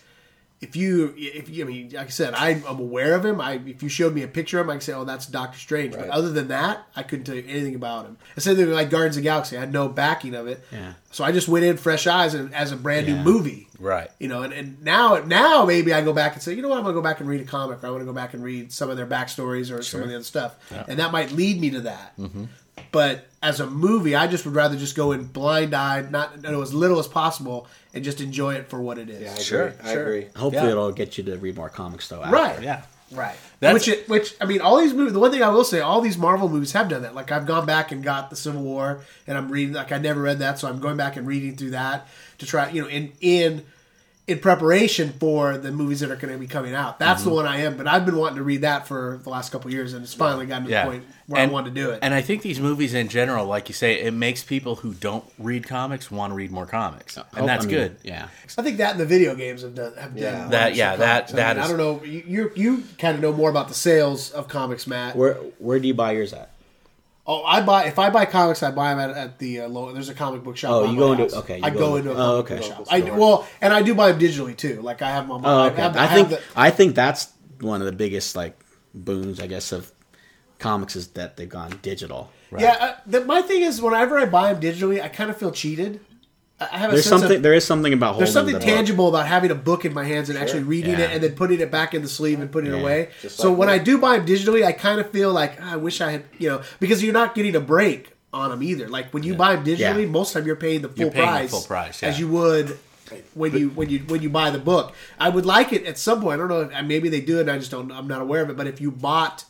if you if you, I mean, like I said, I, I'm aware of him. I if you showed me a picture of him, I could say, oh, that's Doctor Strange. But Right. other than that, I couldn't tell you anything about him. The same thing with like Guardians of the Galaxy. I had no backing of it. Yeah. So I just went in fresh eyes and, as a brand new Yeah. movie. Right. You know, and, and now now maybe I go back and say, you know what, I'm gonna go back and read a comic, or I want to go back and read some of their backstories or some of the other stuff, and that might lead me to that. Mm-hmm. But as a movie, I just would rather just go in blind eyed, not know as little as possible, and just enjoy it for what it is. Yeah, I Sure, agree. I sure. agree. Hopefully, Yeah. it'll get you to read more comics, though. after. Right. Yeah. Right. That's- which it, which I mean, all these movies. The one thing I will say, all these Marvel movies have done that. Like I've gone back and got the Civil War, and I'm reading. Like I never read that, so I'm going back and reading through that to try. You know, in in in preparation for the movies that are going to be coming out. That's Mm-hmm. the one I am. But I've been wanting to read that for the last couple of years, and it's finally gotten to Yeah. the point where I want to do it. And I think these movies in general, like you say, it makes people who don't read comics want to read more comics, Hope- and that's Oh, I mean, good. Yeah. I think that and the video games have done have Yeah. done That- yeah, wonders for that- comics. I, that mean, is- I don't know. You you, you kind of know more about the sales of comics, Matt. Where Where do you buy yours at? Oh, I buy if I buy comics, I buy them at, at the uh, low. There's a comic book shop. Oh, by you my go into- house. okay, you I go go, into- into a oh, comic okay. book shop. Local I store. well, and I do buy them digitally too. Like I have them on my. Oh, okay. I, have, the- I have think the- I think that's one of the biggest like boons, I guess, of comics is that they've gone digital. yeah. Uh, the, my thing is, whenever I buy them digitally, I kind of feel cheated. I I have a There's sense something. Of, there is something about holding there's something the book. tangible about having a book in my hands and actually reading Yeah. it and then putting it back in the sleeve and putting Yeah. it away. Just So like when me. I do buy them digitally, I kind of feel like "Ah, I wish I had, you know, because you're not getting a break on them either. Like when you buy them Yeah. digitally, most of the time you're paying the full You're paying the price, full price, yeah. as you would when you when you when you buy the book. I would like it at some point. I don't know. If, maybe they do it. and I just don't. I'm not aware of it. But if you bought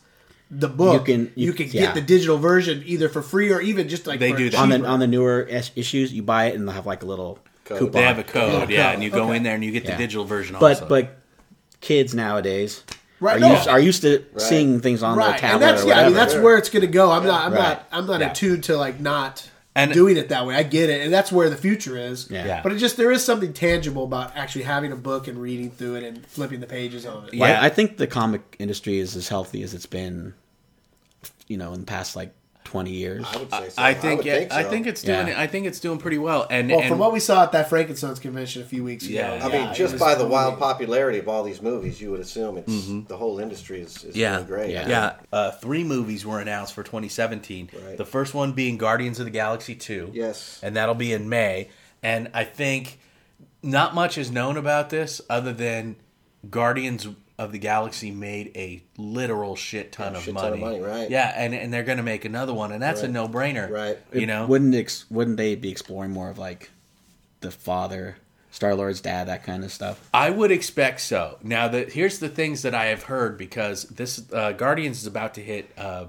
the book, You you can- can you- get yeah. the digital version either for free or even just like They for do that. on the cheaper. on the newer es- issues, you buy it and they'll have like a little Code. coupon. They have a code, yeah, Yeah. and you go Okay. in there and you get Yeah. the digital version. but also. but kids nowadays Right, are, no. used, are used to seeing things on their right, tablet and that's or yeah, whatever. I mean, that's where it's going to go. I'm not, I'm Right. not, I'm not Yeah. attuned to like not And- doing it that way. I get it, and that's where the future is. Yeah. Yeah. But it just there is something tangible about actually having a book and reading through it and flipping the pages on it. Yeah. Like, I think the comic industry is as healthy as it's been, you know, in the past like twenty years. I would say so. I think would yeah, I so. think it's doing Yeah. I think it's doing pretty well. And, Well, and from what we saw at that Frankenstein's convention a few weeks ago, Yeah. Yeah, I mean, it just was by the totally- wild popularity of all these movies, you would assume it's the whole industry is, is Mm-hmm. yeah, doing great. yeah, Uh, three movies were announced for 2017. Right. The first one being Guardians of the Galaxy 2. Yes. and that'll be in May. And I think not much is known about this other than Guardians of the Galaxy made a literal shit ton, of, shit money. ton of money, right. Yeah, and and they're going to make another one, and that's a Right. no brainer. Right. You know. wouldn't ex- wouldn't they be exploring more of like the father, Star Lord's dad, that kind of stuff? I would expect so. Now, the, here's the things that I have heard because this uh, Guardians is about to hit uh,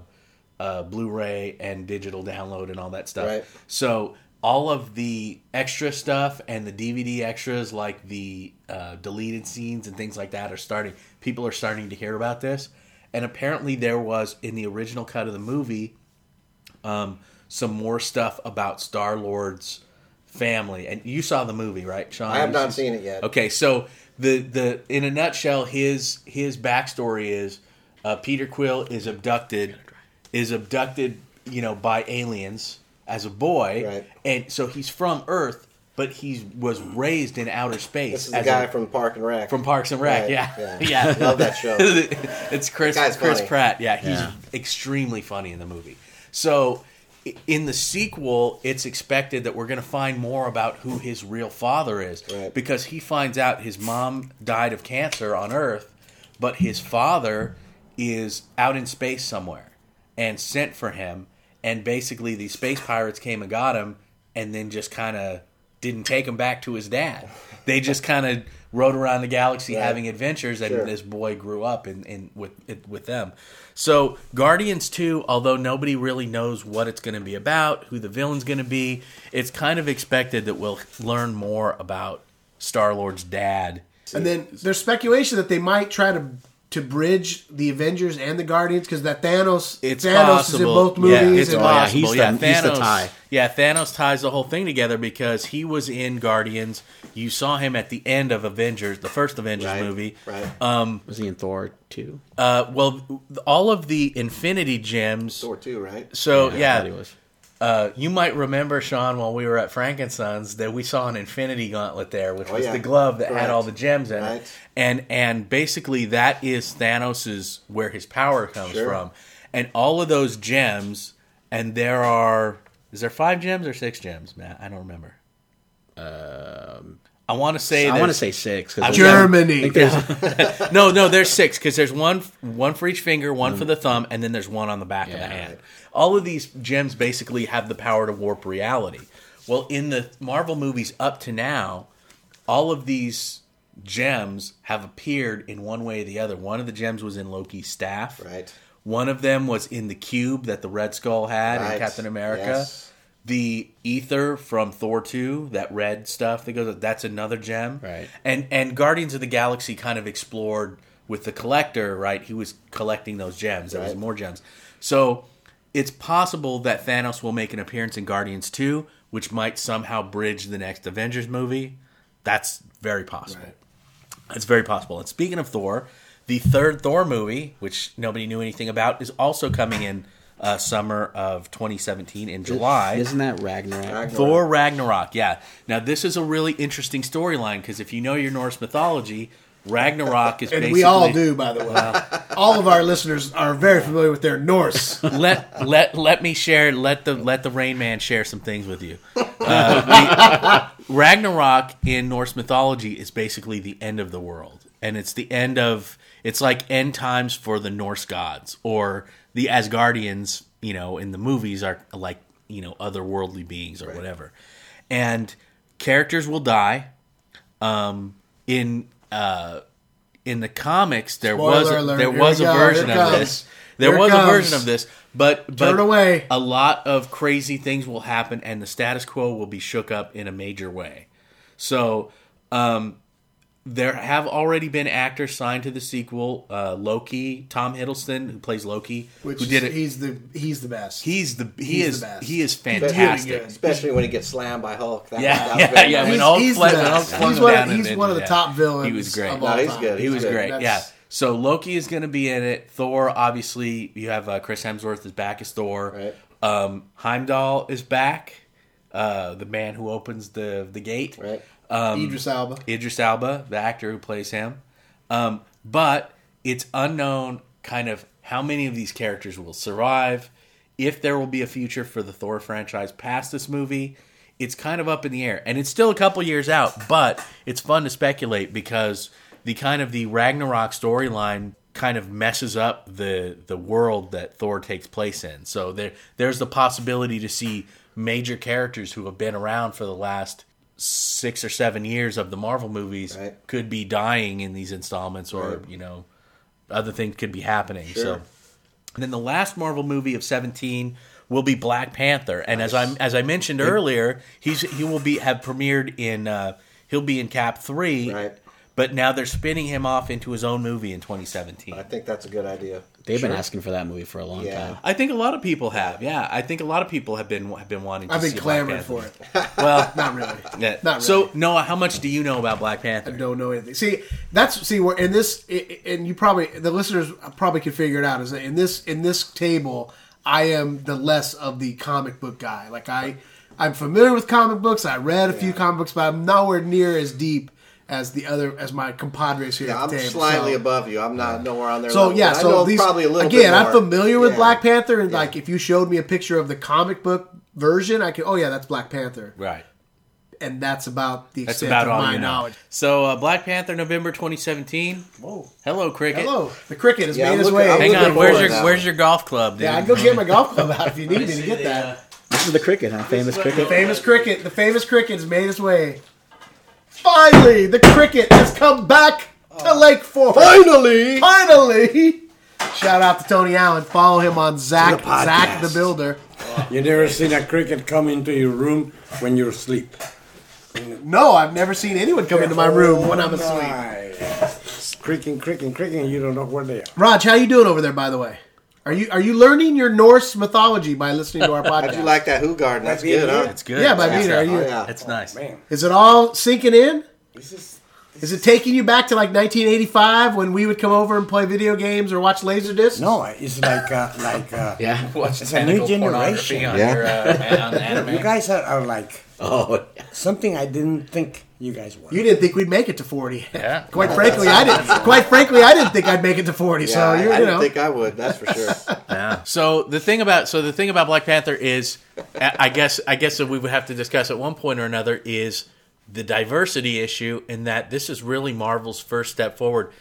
uh, Blu-ray and digital download and all that stuff. Right. So all of the extra stuff and the DVD extras, like the uh, deleted scenes and things like that, are starting. People are starting to hear about this, and apparently there was in the original cut of the movie um, some more stuff about Star Lord's family. And you saw the movie, right, Sean? I have You not see- seen it yet. Okay, so the the in a nutshell, his his backstory is uh, Peter Quill is abducted, is abducted, you know, by aliens as a boy, Right. and so he's from Earth, but he was raised in outer space. This is the as guy a- from Park and Rec. from Parks and Rec, Right, yeah, yeah. Love that show. it's Chris That guy's Chris funny. Pratt. Yeah, he's Yeah. extremely funny in the movie. So i- in the sequel, it's expected that we're going to find more about who his real father is Right. because he finds out his mom died of cancer on Earth, but his father is out in space somewhere and sent for him. And basically, these space pirates came and got him, and then just kind of didn't take him back to his dad. They just kind of rode around the galaxy having adventures, and Sure. this boy grew up in, in with it- with them. So Guardians Two, although nobody really knows what it's going to be about, who the villain's going to be, it's kind of expected that we'll learn more about Star Lord's dad. And then there's speculation that they might try to to bridge the Avengers and the Guardians because that Thanos It's Thanos possible. is in both movies. Yeah, it's and yeah, possible. he's the- Yeah, he's the Thanos, tie. Yeah, Thanos ties the whole thing together because he was in Guardians. You saw him at the end of Avengers, the first Avengers Right, movie. Right. Was he in Thor too? Uh, well, all of the Infinity Gems. Thor two, right? So I yeah, thought he was. Uh, you might remember, Sean, while we were at Frankenstein's, that we saw an Infinity Gauntlet there, which was yeah. the glove that had Correct. all the gems in it, Right. and and basically that is Thanos's where his power comes Sure. from, and all of those gems, and there are is there five gems or six gems, Matt? I don't remember. Um, I want to say I want to there's- say six. 'cause there's- I Germany. think there's- Mm. no, no, there's six because there's one one for each finger, one for the thumb, and then there's one on the back of the Yeah. hand. All of these gems basically have the power to warp reality. Well, in the Marvel movies up to now, all of these gems have appeared in one way or the other. One of the gems was in Loki's staff. Right. One of them was in the cube that the Red Skull had in Right. Captain America. Yes. The ether from Thor 2, that red stuff that goes that's another gem. Right. And and Guardians of the Galaxy kind of explored with the collector, right? He was collecting those gems. There was Right. more gems. So it's possible that Thanos will make an appearance in Guardians 2, which might somehow bridge the next Avengers movie. That's very possible. It's very possible. And speaking of Thor, the third Thor movie, which nobody knew anything about, is also coming in uh, summer of 2017 in July. Isn't that Ragnarok? Thor Ragnarok, yeah. Now this is a really interesting storyline because if you know your Norse mythology, Ragnarok is And basically we all do, by the way. all of our listeners are very familiar with their Norse. let let let me share let the let the Rain Man share some things with you. Uh, the- Ragnarok in Norse mythology is basically the end of the world, and it's the end of it's like end times for the Norse gods or the Asgardians. You know, in the movies are like you know otherworldly beings or whatever, and characters will die. Um, in uh, in the comics, there Spoiler was a, alert, there here was we a go, version here it of comes. this. There Here it was a comes. version of this, but but Turn away. a lot of crazy things will happen, and the status quo will be shook up in a major way. So um, there have already been actors signed to the sequel. Uh, Loki, Tom Hiddleston, who plays Loki, Which who is, did it. he's the he's the best. He's the he he's is the best. he is really fantastic. good. Especially when he gets slammed by Hulk. That, Yeah, that was yeah, very yeah, nice. when He's- all he's flung- the when all best. flung He's one of- down and he's then- one of the yeah. top villains He was great. of all No, he's time. good. He was That's- great. Yeah. that's- So Loki is going to be in it. Thor, obviously, you have uh, Chris Hemsworth is back as Thor. Right. Um, Heimdall is back, uh, the man who opens the the gate. Um, Right. Idris Alba. Idris Alba, the actor who plays him. Um, but it's unknown kind of how many of these characters will survive, if there will be a future for the Thor franchise past this movie. It's kind of up in the air, and it's still a couple years out, but it's fun to speculate because the kind of the Ragnarok storyline kind of messes up the the world that Thor takes place in. So there there's the possibility to see major characters who have been around for the last six or seven years of the Marvel movies Right. could be dying in these installments, or you know, other things could be happening. So, Sure. and then the last Marvel movie of seventeen will be Black Panther, and as I as I mentioned earlier, he's he will be have premiered in uh, he'll be in Cap three, Right. but now they're spinning him off into his own movie in twenty seventeen. I think that's a good idea. They've been asking for that movie for a long Yeah. time. I think a lot of people have, yeah. I think a lot of people have been have been wanting. To I've been see clamoring Black Panther. for it. Well, Not really. yeah. Not really. so Noah, how much do you know about Black Panther? don't know anything. See, that's see where in this i- i- and you probably the listeners probably can figure it out is that in this in this table I am the less of the comic book guy. Like I I'm familiar with comic books. I read a few comic books, but I'm nowhere near as deep as the other as my compadres here Yeah, at I'm the table. slightly so. above you. I'm not nowhere on there. So yeah, I know so these, probably a little again, bit I'm more. familiar with Yeah. Black Panther, and like if you showed me a picture of the comic book version, I could, oh yeah, that's Black Panther, Right. and that's about the That's extent about of all my you know. knowledge. So, uh, Black Panther, November 2017. Whoa. Hello, cricket. Hello, the cricket has Yeah, made I'm his looking- way. I'm Hang looking on. Where's forward your to that Where's one. your golf club, dude? Yeah, I'd go get my golf club out if you need me to see get the, that. This is the cricket, huh? Famous cricket. Famous cricket, the famous cricket has made its way. Finally, the cricket has come back to Lake Forest. Finally, Finally, shout out to Tony Allen. Follow him on Zach The podcast. Zach the Builder. You never seen a cricket come into your room when you're asleep. No, I've never seen anyone come into my room when I'm Oh, asleep. asleep. Oh Creaking, creaking, creaking. You don't know where they are. Raj, how you doing over there? By the way, are you are you learning your Norse mythology by listening to our how'd you podcast? like that Who Garden? That's That'd be good, huh? good. It's good. Yeah, by It's me, good. are you- Oh, yeah. It's nice. Man, Is it all sinking in? this is Is it taking you back to like 1985 when we would come over and play video games or watch Laserdiscs? No, it's like uh, like uh, Yeah. Watch It's a new tentacle pornography generation. on Yeah. your uh, on you anime. guys are, are like Oh, something I didn't think you guys were. You didn't think we'd make it to 40. Yeah. quite frankly, I didn't. Quite frankly, I didn't think I'd make it to 40. so I, you're, you I didn't know, think I would. That's for sure. So the thing about so the thing about Black Panther is, I I guess I guess that we would have to discuss at one point or another is the diversity issue, in that this is really Marvel's first step forward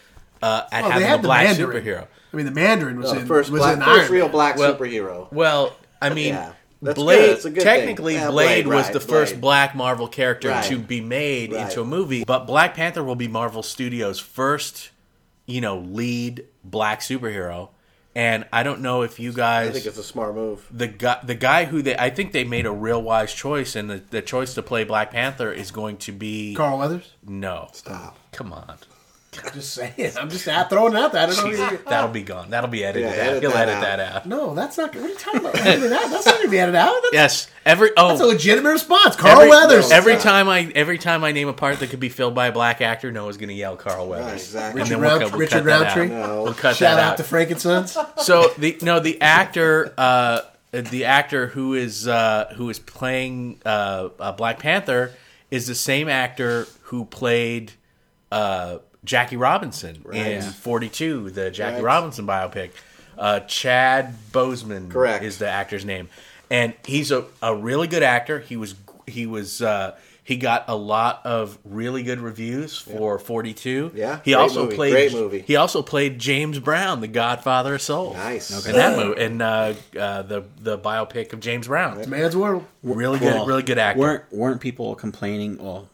uh, at oh, having a black superhero. I mean, the Mandarin was So in Uh, first was black, in first Iron real Man. black Well- superhero. Well, I mean, Yeah. That's good. Blade. It's a good Technically, thing. Yeah, Blade, Blade, was right, the first Blade. black Marvel character Right. to be made Right. into a movie, but Black Panther will be Marvel Studios' first, you know, lead black superhero. And I don't know if you guys I think it's a smart move. the guy, the guy who they, I think they made a real wise choice, and the, the choice to play Black Panther is going to be Carl Weathers. no. Stop. Come on, Just saying. I'm just throwing it out there. I don't know. that'll be gone. That'll be edited. Yeah, out. edit He'll that edit out. that out. No, that's not. What are you talking about? Editing out? That's not going to be edited out. That's, Yes, every oh, that's a legitimate response. Carl every, Weathers. Every time I every time I name a part that could be filled by a black actor, Noah's going to yell Carl Weathers. exactly. And Richard then we'll, Round- cut- we'll Richard cut that Roundtree? Out. No. We'll cut Shout that out to Frankenstein's. so the no the actor uh the actor who is uh who is playing uh, uh Black Panther is the same actor who played uh Jackie Robinson in 42 the Jackie Right. Robinson biopic uh Chad Bozeman Correct. is the actor's name and he's a, a really good actor he was he was uh he got a lot of really good reviews for 42 Yeah, he great also movie, played great movie. he also played James Brown, the Godfather of Soul. Nice. Okay. In that movie, in uh, uh, the the biopic of James Brown. Man's World. Really good, Well, really good actor. Weren't weren't people complaining? Well,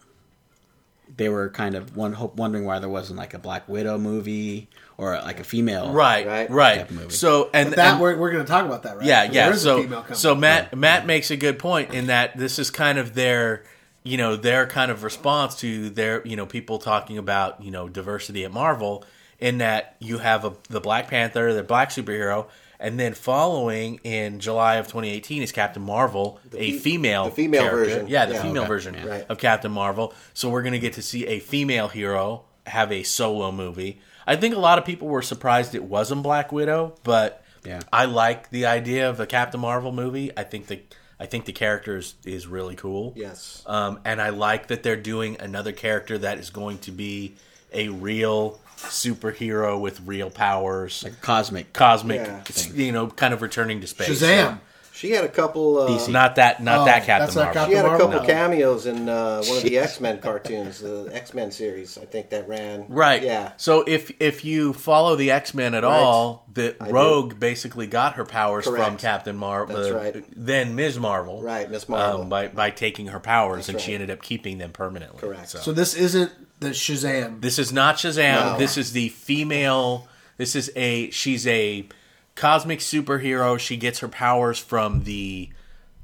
they were kind of one hope wondering why there wasn't like a Black Widow movie or like a female. right, right, Right. Type of movie. So Oh, and That and- we're, we're going to talk about that, right? yeah, There yeah. is a female So coming. so Matt Matt makes a good point in that this is kind of their you know their kind of response to their you know people talking about you know diversity at Marvel in that you have a, the Black Panther, the black superhero. And then following in July of 2018 is Captain Marvel, a fe- female, the female character. version. Yeah, the Yeah. female Okay. version Yeah. Right. of Captain Marvel. So we're going to get to see a female hero have a solo movie. I think a lot of people were surprised it wasn't Black Widow, but Yeah. I like the idea of a Captain Marvel movie. I think the I think the character is, is really cool. Yes. Um, and I like that they're doing another character that is going to be a real superhero with real powers, Like cosmic. cosmic, Yeah. you know, kind of returning to space. Shazam. She had a couple. Uh, So, not that, not Oh, that Captain that's not Marvel. Captain She had a Marvel. couple No. cameos in uh, one of the X Men cartoons, the X Men series. I think that ran. Right. Yeah. So if if you follow the X Men at Right. all, the I do. Rogue basically got her powers from Correct. Captain Marvel. That's right. Then Ms. Marvel. um, Right, Ms. Marvel. by by taking her powers, and she right. ended up keeping them permanently. Correct. So, So this isn't the Shazam. this is not Shazam. No. This is the female. This is a she's a cosmic superhero. She gets her powers from the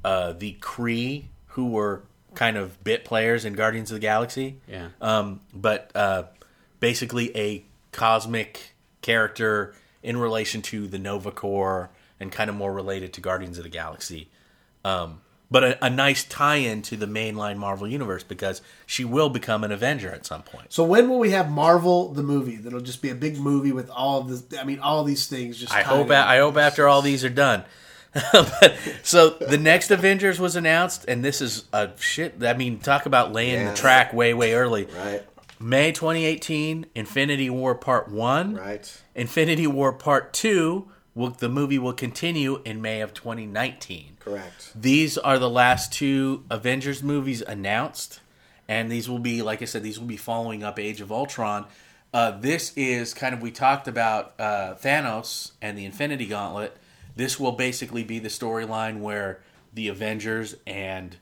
uh, the Kree, who were kind of bit players in Guardians of the Galaxy. Yeah. Um, but uh, basically a cosmic character in relation to the Nova Corps and kind of more related to Guardians of the Galaxy. Um, but a, a nice tie-in to the mainline Marvel universe because she will become an Avenger at some point. So when will we have Marvel the movie? That'll just be a big movie with all of the. I mean, all these things. Just I tied hope in. I hope after all these are done. But- so the next Avengers was announced, and this is a shit. I mean, talk about laying Yeah. the track way, way early. Right. May 2018, Infinity War Part One. Right. Infinity War Part Two. Will, the movie will continue in May of 2019. Correct. These are the last two Avengers movies announced, and these will be, like I said, these will be following up Age of Ultron. Uh, this is kind of we talked about uh, Thanos and the Infinity Gauntlet. This will basically be the storyline where the Avengers and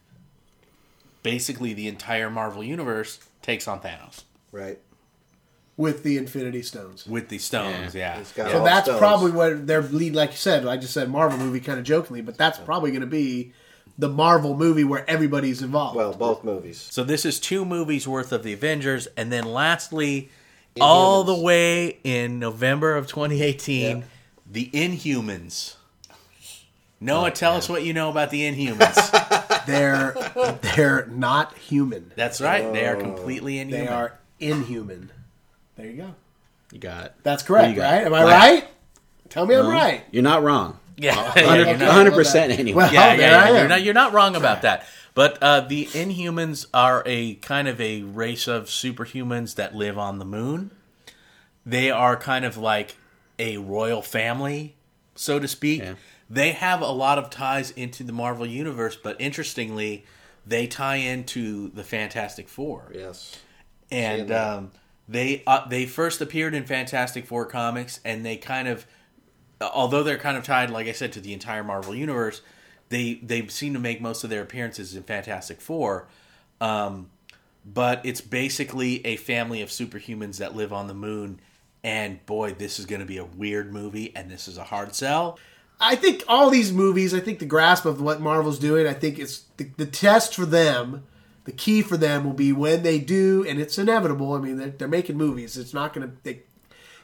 basically the entire Marvel universe takes on Thanos Right. with the Infinity Stones. with the stones. Yeah, It's got Yeah. So all that's stones. probably what their lead, like you said. I just said Marvel movie, kind of jokingly, but that's probably going to be the Marvel movie where everybody's involved. Well, both movies. So this is two movies worth of the Avengers, and then lastly, all the way in November of 2018, the Inhumans. Noah, tell us what you know about the Inhumans. Oh, they're they're not human. That's right; they are completely inhuman. They are Inhuman. There you go. You got it. That's correct, You got right? it. Am I Wow. right? Tell me I'm No, right. You're not wrong. Yeah, Okay, you're okay. not- 100% anyway. Well, yeah, yeah, there yeah. I You're am. not, you're not wrong about that. But uh, the Inhumans are a kind of a race of superhumans that live on the moon. They are kind of like a royal family, so to speak. Yeah. They have a lot of ties into the Marvel universe, but interestingly, they tie into the Fantastic Four Yes. and that. um, they uh, they first appeared in Fantastic Four comics, and they kind of, although they're kind of tied, like I said, to the entire Marvel universe, they they seem to make most of their appearances in Fantastic Four. Um, but it's basically a family of superhumans that live on the moon, and boy, this is going to be a weird movie, and this is a hard sell. I think all these movies, I think the grasp of what Marvel's doing, I think it's the, the test for them, the key for them will be when they do, and it's inevitable. I mean, they're, they're making movies. It's not going to, they,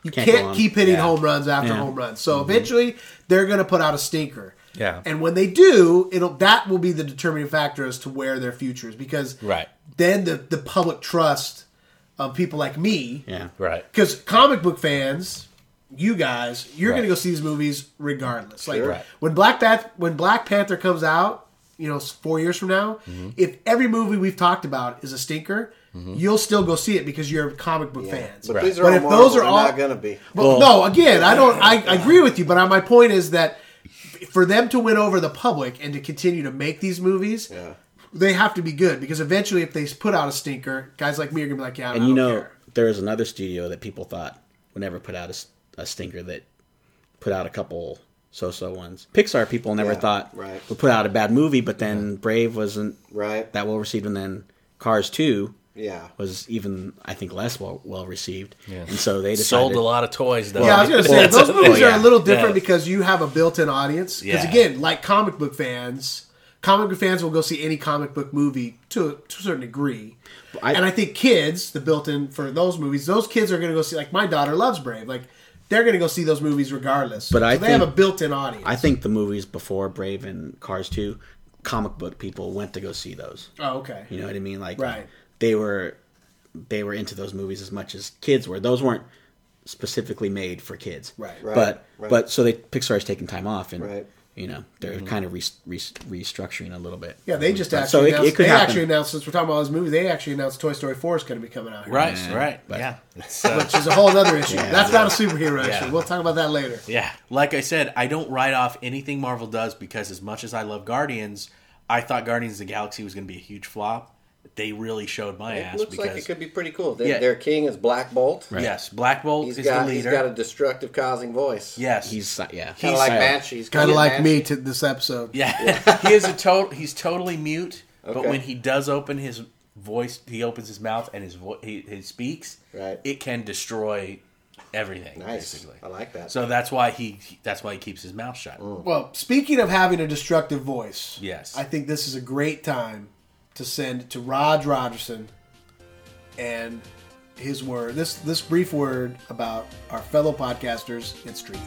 you Can't can't, go on. keep hitting Yeah. home runs after Yeah. Mm-hmm. home runs. So eventually they're going to put out a stinker. Yeah. And when they do, it'll, that will be the determining factor as to where their future is because Right. then the, the public trust of people like me Yeah. Right. because comic book fans, you guys, you're Right. going to go see these movies regardless. Like Sure. Right. when Black Path, when Black Panther comes out, you know, s- four years from now, if every movie we've talked about is a stinker, you'll still go see it because you're comic book fans. But Right. these are But all if Marvel, those are they're all- not gonna be. Well, no, again, I don't. I, I agree with you, but I, my point is that for them to win over the public and to continue to make these movies. Yeah. They have to be good because eventually, if they put out a stinker, guys like me are gonna be like, "Yeah, And I you don't know, care. there was another studio that people thought would never put out a s- a, stinker that put out a couple so-so ones. Pixar people never Yeah, thought right. would put out a bad movie, but then Brave wasn't Right. that well received, and then Cars Two Yeah. was even I think less well well received. And so they decided Sold a lot of toys though. Yeah, I was gonna say Well, those movies well, yeah. are a little different Yeah. because you have a built-in audience. Because Yeah. again, like comic book fans, comic book fans will go see any comic book movie to, to a certain degree. I- and I think kids, the built-in for those movies, those kids are going to go see. Like my daughter loves Brave. Like they're going to go see those movies regardless. But So I they have a think- built-in audience. I think the movies before Brave and Cars Two, comic book people went to go see those. oh, okay. You know what I mean? Like Right. they were they were into those movies as much as kids were. Those weren't specifically made for kids. Right. Right, But right. but so they Pixar's taking time off and Right. you know, they're kind of re, re, restructuring a little bit. Mm-hmm. Yeah, they just actually So it- it announced, could they happen. actually announced since we're talking about all these movies, they actually announced Toy Story Four is going to be coming out. Here, Right, Yeah, right, but- yeah. It's, uh, Which is a whole other issue. That's not a superhero Yeah. issue. We'll talk about that later. Yeah. Like I said, I don't write off anything Marvel does because as much as I love Guardians, I thought Guardians of the Galaxy was going to be a huge flop. They really showed my It ass looks because like it could be pretty cool. They, Yeah. Their king is Black Bolt. yes, Black Bolt He's is got the he's leader. got a destructive causing voice. yes. He's uh, si- yeah. Kind of like silent. Banshee's. Kind Yeah, of like Banshee. me to this episode. yeah. he is a total he's totally mute, but Okay. when he does open his voice, he opens his mouth and his voice he, he speaks, Right. it can destroy everything Nice. basically. I like that. Mm. So that's why he that's why he keeps his mouth shut. Well, speaking of having a destructive voice, Yes. I think this is a great time to send to Rod Rogerson and his word this this brief word about our fellow podcasters at Streetcast.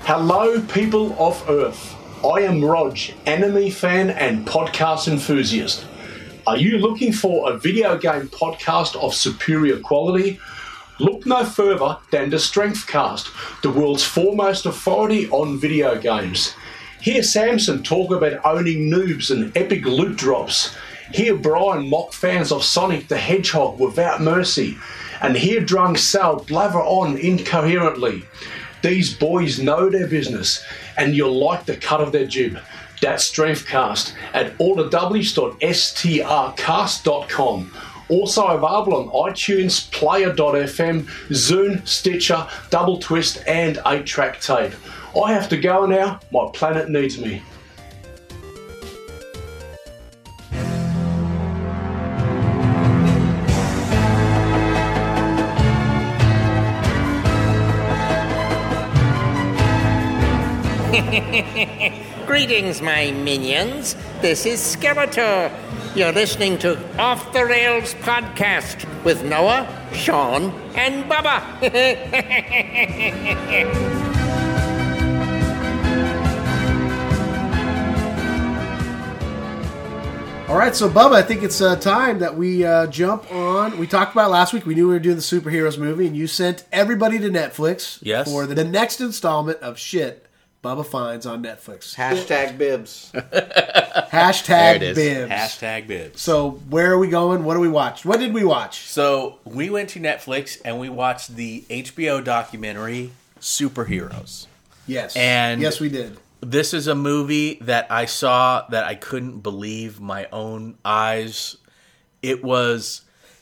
Hello, people of Earth. I am Rog, anime fan and podcast enthusiast. Are you looking for a video game podcast of superior quality? Look no further than the Strengthcast, the world's foremost authority on video games. Hear Samson talk about owning noobs and epic loot drops. Hear Brian mock fans of Sonic the Hedgehog without mercy. And hear Drunk Sal blather on incoherently. These boys know their business, and you'll like the cut of their jib. That's Strengthcast at allthew.strcast.com. Also available on iTunes, Player.fm, Zune, Stitcher, Double Twist, and 8 Track Tape. I have to go now, my planet needs me. Greetings, my minions. This is Skeletor. You're listening to Off the Rails Podcast with Noah, Sean, and Bubba. All right, so Bubba, I think it's uh, time that we uh, jump on. We talked about it last week. We knew we were doing the superheroes movie, and you sent everybody to Netflix Yes. for the next installment of shit Bubba finds on Netflix. Hashtag Bibs. Hashtag it is. bibs. Hashtag bibs. So where are we going? What do we watch? What did we watch? So we went to Netflix and we watched the HBO documentary Superheroes. Yes, And- yes, we did. This is a movie that I saw that I couldn't believe my own eyes. It was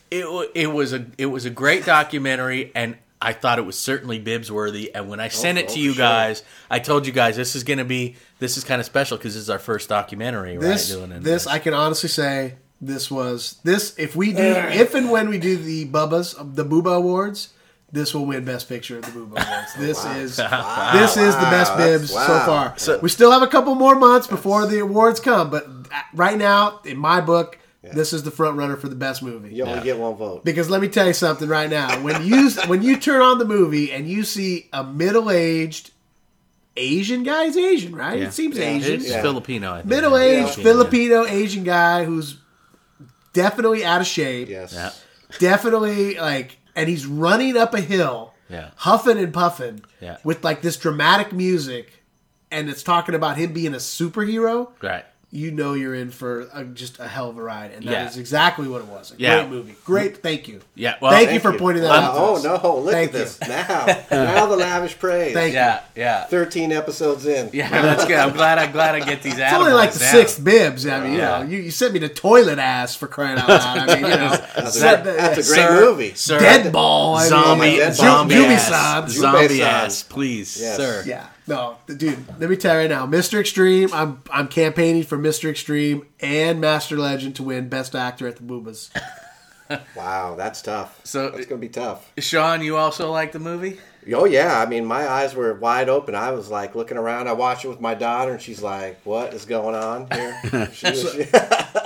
it wa- it was a it was a great documentary and I thought it was certainly Bibbs worthy and when I sent it oh, to you sure. guys, I told you guys this is going to be this is kind of special cuz this is our first documentary, This, right? it. this, I can honestly say, this was this. If we do, if and when we do the Bubba's, the Booba Awards, this will win Best Picture at the Booba Oh, Awards. This is this is the best Wow, bibs that's- so wow. far. we still have a couple more months before the awards come, but uh, right now, in my book, this is the front runner for the best movie. You only get one vote. Because let me tell you something right now. When you when you turn on the movie and you see a middle aged Asian guy, he's Asian, right? It seems Asian, It's Filipino, I think. middle aged Yeah. Filipino Asian guy who's definitely out of shape, Yes. Yeah. definitely like, and he's running up a hill, Yeah. huffing and puffing, Yeah. with like this dramatic music, and it's talking about him being a superhero. Right. You know you're in for a, just a hell of a ride, and that is Yeah. exactly what it was. A Yeah. Great movie, great. Thank you. Yeah, well, thank, you thank for you. pointing that out. to Wow. us. Oh no! Look Thank at this now. now the lavish praise. Thank you. Yeah, yeah. Thirteen episodes in. Yeah, that's good. I'm glad. I'm glad I get these. It's only like the sixth bibs. I mean, Yeah. you, know, you, you sent me to toilet ass for crying out loud. I mean, you know, That's, Sir- a, great, that's a great Sir- movie. Sir, dead ball. I mean, zombie, Dead ball. zombie, Ju- ass, Jubisan. zombie Jubisan. ass, please, Yes. sir. Yeah. No, th- dude, let me tell you right now, Mr. Extreme, I'm I'm campaigning for Mr. Extreme and Master Legend to win Best Actor at the Boobas. Wow, that's tough. So- that's gonna be tough. Sean, you also like the movie? Oh yeah, I mean my eyes were wide open. I was like looking around. I watched it with my daughter, and she's like, "What is going on here?" She was,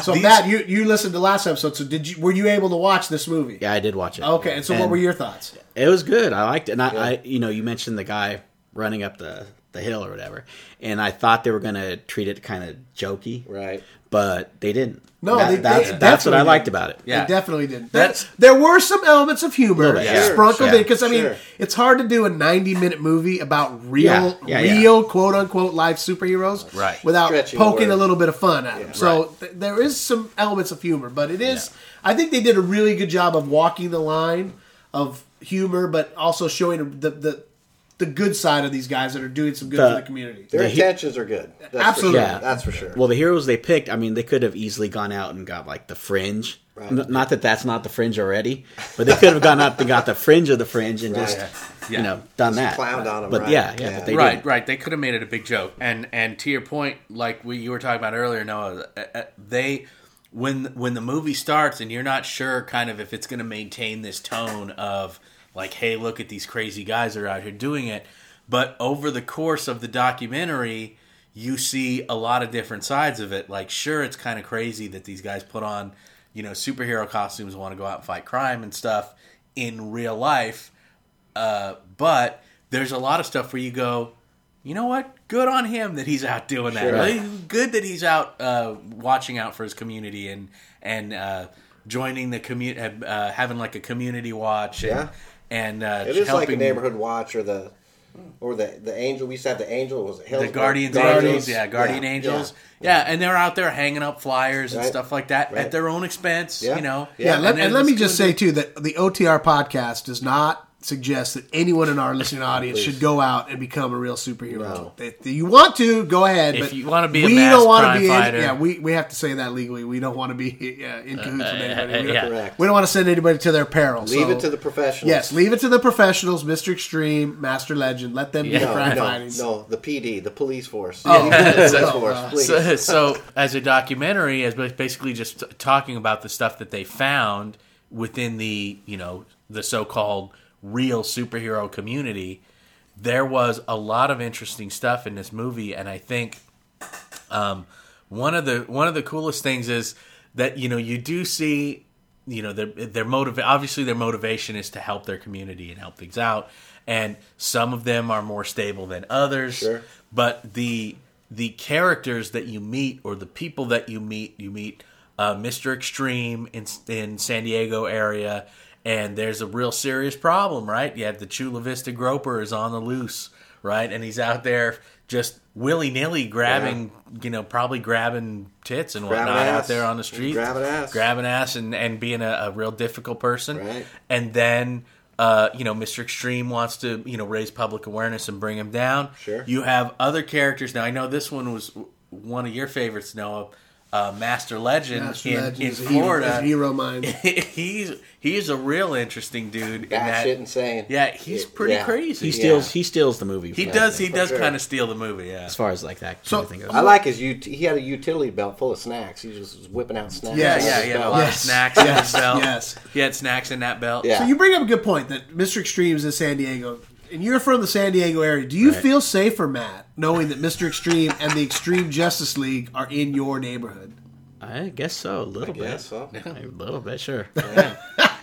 So Matt, you you listened to last episode, so did you were you able to watch this movie? Yeah, I did watch it. Okay, and so what were your thoughts? It was good. I liked it. And I, I you know, you mentioned the guy running up the, the hill or whatever, and I thought they were gonna treat it kind of jokey, right. But they didn't. No, That- they- they that's that's what definitely I liked didn't. about it. Yeah. They definitely didn't. That's- That's there were some elements of humor Little bit, yeah. sprinkled Sure, in because I mean sure. it's hard to do a ninety minute movie about real, Yeah, yeah, yeah. real quote unquote live superheroes Right. without Stretching poking words. a little bit of fun at them. So th- there is some elements of humor, but it is. I think they did a really good job of walking the line of humor, but also showing the the, the good side of these guys that are doing some good The- for the community. Their The he- intentions are good. That's for Absolutely. sure. Yeah. that's for sure. Well, the heroes they picked, I mean, they could have easily gone out and got like the fringe. Right. N- not that that's not the fringe already, but they could have gone up and got the fringe of the fringe and Right. just, Yeah. you know, done that. clowned on 'em, But right. yeah, yeah, Yeah. But they right, didn't. right. They could have made it a big joke. And and to your point, like we you were talking about earlier, Noah, uh, uh, they when when the movie starts and you're not sure kind of if it's going to maintain this tone of like, hey, look at these crazy guys that are out here doing it. But over the course of the documentary, you see a lot of different sides of it. Like, sure, it's kind of crazy that these guys put on, you know, superhero costumes and want to go out and fight crime and stuff in real life. Uh, but there's a lot of stuff where you go, you know what? Good on him that he's out doing that. Really Good that he's out uh, watching out for his community and and uh, joining the community, uh, having like a community watch. And, Yeah. And uh, It is like a helping- neighborhood watch or the or the the angel. We used to have the angel. Was it the Hell's- Guardians, Angels, yeah, Guardian yeah, Angels, yeah. yeah. and they're out there hanging up flyers and Right. stuff like that Right. at their own expense, Yeah. you know. Yeah. Yeah, let, And and, then let me it's just gonna say too that the OTR podcast does not suggest that anyone in our listening audience should go out and become a real superhero. No. If you want to, go ahead. If but you wanna be a we mass don't wanna crime be. in- fighter. Yeah, we, we have to say that legally. We don't want to be uh, in cahoots with anybody. we, uh, yeah. don't, Correct. we don't want to send anybody to their peril. Leave so- it to the professionals. yes, leave it to the professionals, Mister Extreme, Master Legend. Let them be the No, crime no, fighters. no, the PD, the police force. Oh, the police force, please. uh, so, so as a documentary as ba- basically just t- talking about the stuff that they found within the you know the so-called real superhero community there was a lot of interesting stuff in this movie and i think um, one of the one of the coolest things is that you know you do see you know their their motive obviously their motivation is to help their community and help things out and some of them are more stable than others Sure. but the the characters that you meet or the people that you meet you meet uh, Mr. Extreme in in San Diego area, and there's a real serious problem, right? You have the Chula Vista Groper is on the loose, right, and he's out there just willy nilly grabbing, you know, probably grabbing tits and Grabbing whatnot out ass. there on the street, Grabbing ass. grabbing ass, and and being a, a real difficult person, Right. and then. Uh, you know, Mr. Extreme wants to, you know, raise public awareness and bring him down. Sure. You have other characters now. I know this one was w- one of your favorites, Noah. Uh, Master Legend Master in, Legend in is a hero- is a Florida. hero mine. he's he's a real interesting dude. in that, Batshit insane. Yeah, he's pretty Yeah. crazy. He steals. He steals the movie. he from- does. He for does sure. kind of steal the movie. Yeah. As far as like that. So- kind of thing goes. I like his. Ut- he had a utility belt full of snacks. He just was whipping out snacks. Yeah, out of Yeah, his he had a belt. lot Yes. of snacks in his belt. yes. He had snacks in that belt. Yeah. So you bring up a good point that Mr. Extreme's in San Diego, and you're from the San Diego area. Do you feel safer, Matt, knowing that Mr. Extreme and the Extreme Justice League are in your neighborhood? I guess so. A little bit. guess so. A little bit. Sure.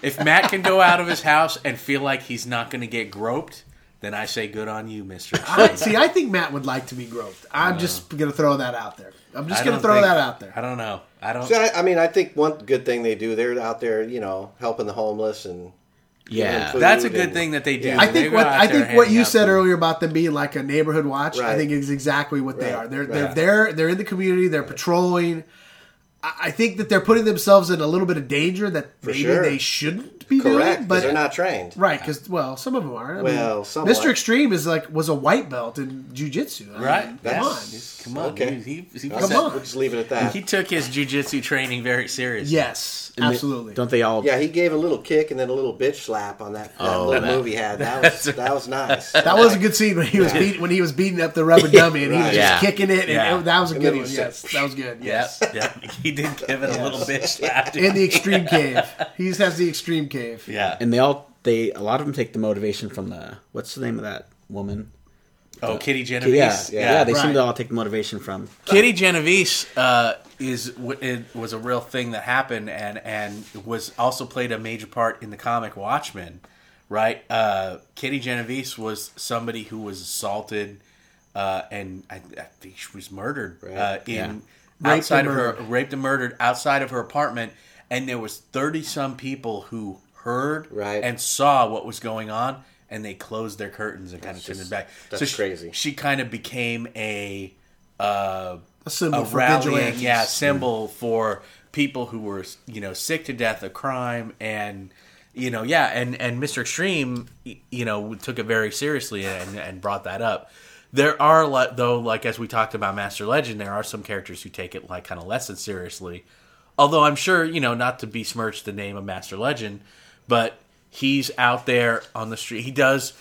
If Matt can go out of his house and feel like he's not going to get groped, then I say good on you, Mister. I, see, I think Matt would like to be groped. I'm just Uh, going to throw that out there. I'm just going to throw that out I there. don't know. I don't. So I, I mean, I think one good thing they do, they're out there, you know, helping the homeless and Yeah. Include- That's a food good and- thing that they do. Yeah. I They think go what out I there think what handing you out said food. earlier about them being like a neighborhood watch, I Right. think is exactly what they Right, are. They're right. they're there. They're in the community. They're patrolling. I I think that they're putting themselves in a little bit of danger that maybe sure. they shouldn't be correct, doing. 'cause But they're not trained. Right, because well, some of them are. I Well, mean, somewhat. Mr. Extreme is like was a white belt in jujitsu. I mean, Right. come on. That's- Come on. Okay. He, he, he, That's Come was it. a- on. We'll just leave it at that. he took his jujitsu training very seriously. Yes, absolutely. Don't they all? yeah, he gave a little kick and then a little bitch slap on that, that Oh, little that- move he had. That was that was nice. that was a good scene when he was beat, when he was beating up the rubber dummy and he was Right. just Yeah. kicking it, and Yeah. it- that was a then good he one. just Yes, that was good. Yep. Yes. yep. He did give it a little bitch slap. In the extreme cave, he has the extreme cave. Yeah. And they all. They a lot of them take the motivation from the what's the name of that woman? Oh, Kitty Genovese. Yeah, yeah. they seem Right. to all take the motivation from. Kitty Genovese uh, is w- it was a real thing that happened, and and was also played a major part in the comic Watchmen, right? Uh, Kitty Genovese was somebody who was assaulted, uh, and I, I think she was murdered uh, in and outside of her murdered. raped and murdered outside of her apartment, and there was thirty some people who heard Right. and saw what was going on, and they closed their curtains and kind of turned it just- back. that's so she- crazy. She kind of became a. Uh, A symbol a for rallying vigilantes. yeah symbol for people who were you know sick to death of crime and you know yeah and and Mr. Extreme y- you know took it very seriously and and brought that up. There are li- though like as we talked about Master Legend there are some characters who take it like kind of less than seriously. Although I'm sure, you know, not to besmirch the name of Master Legend, but he's out there on the street. He does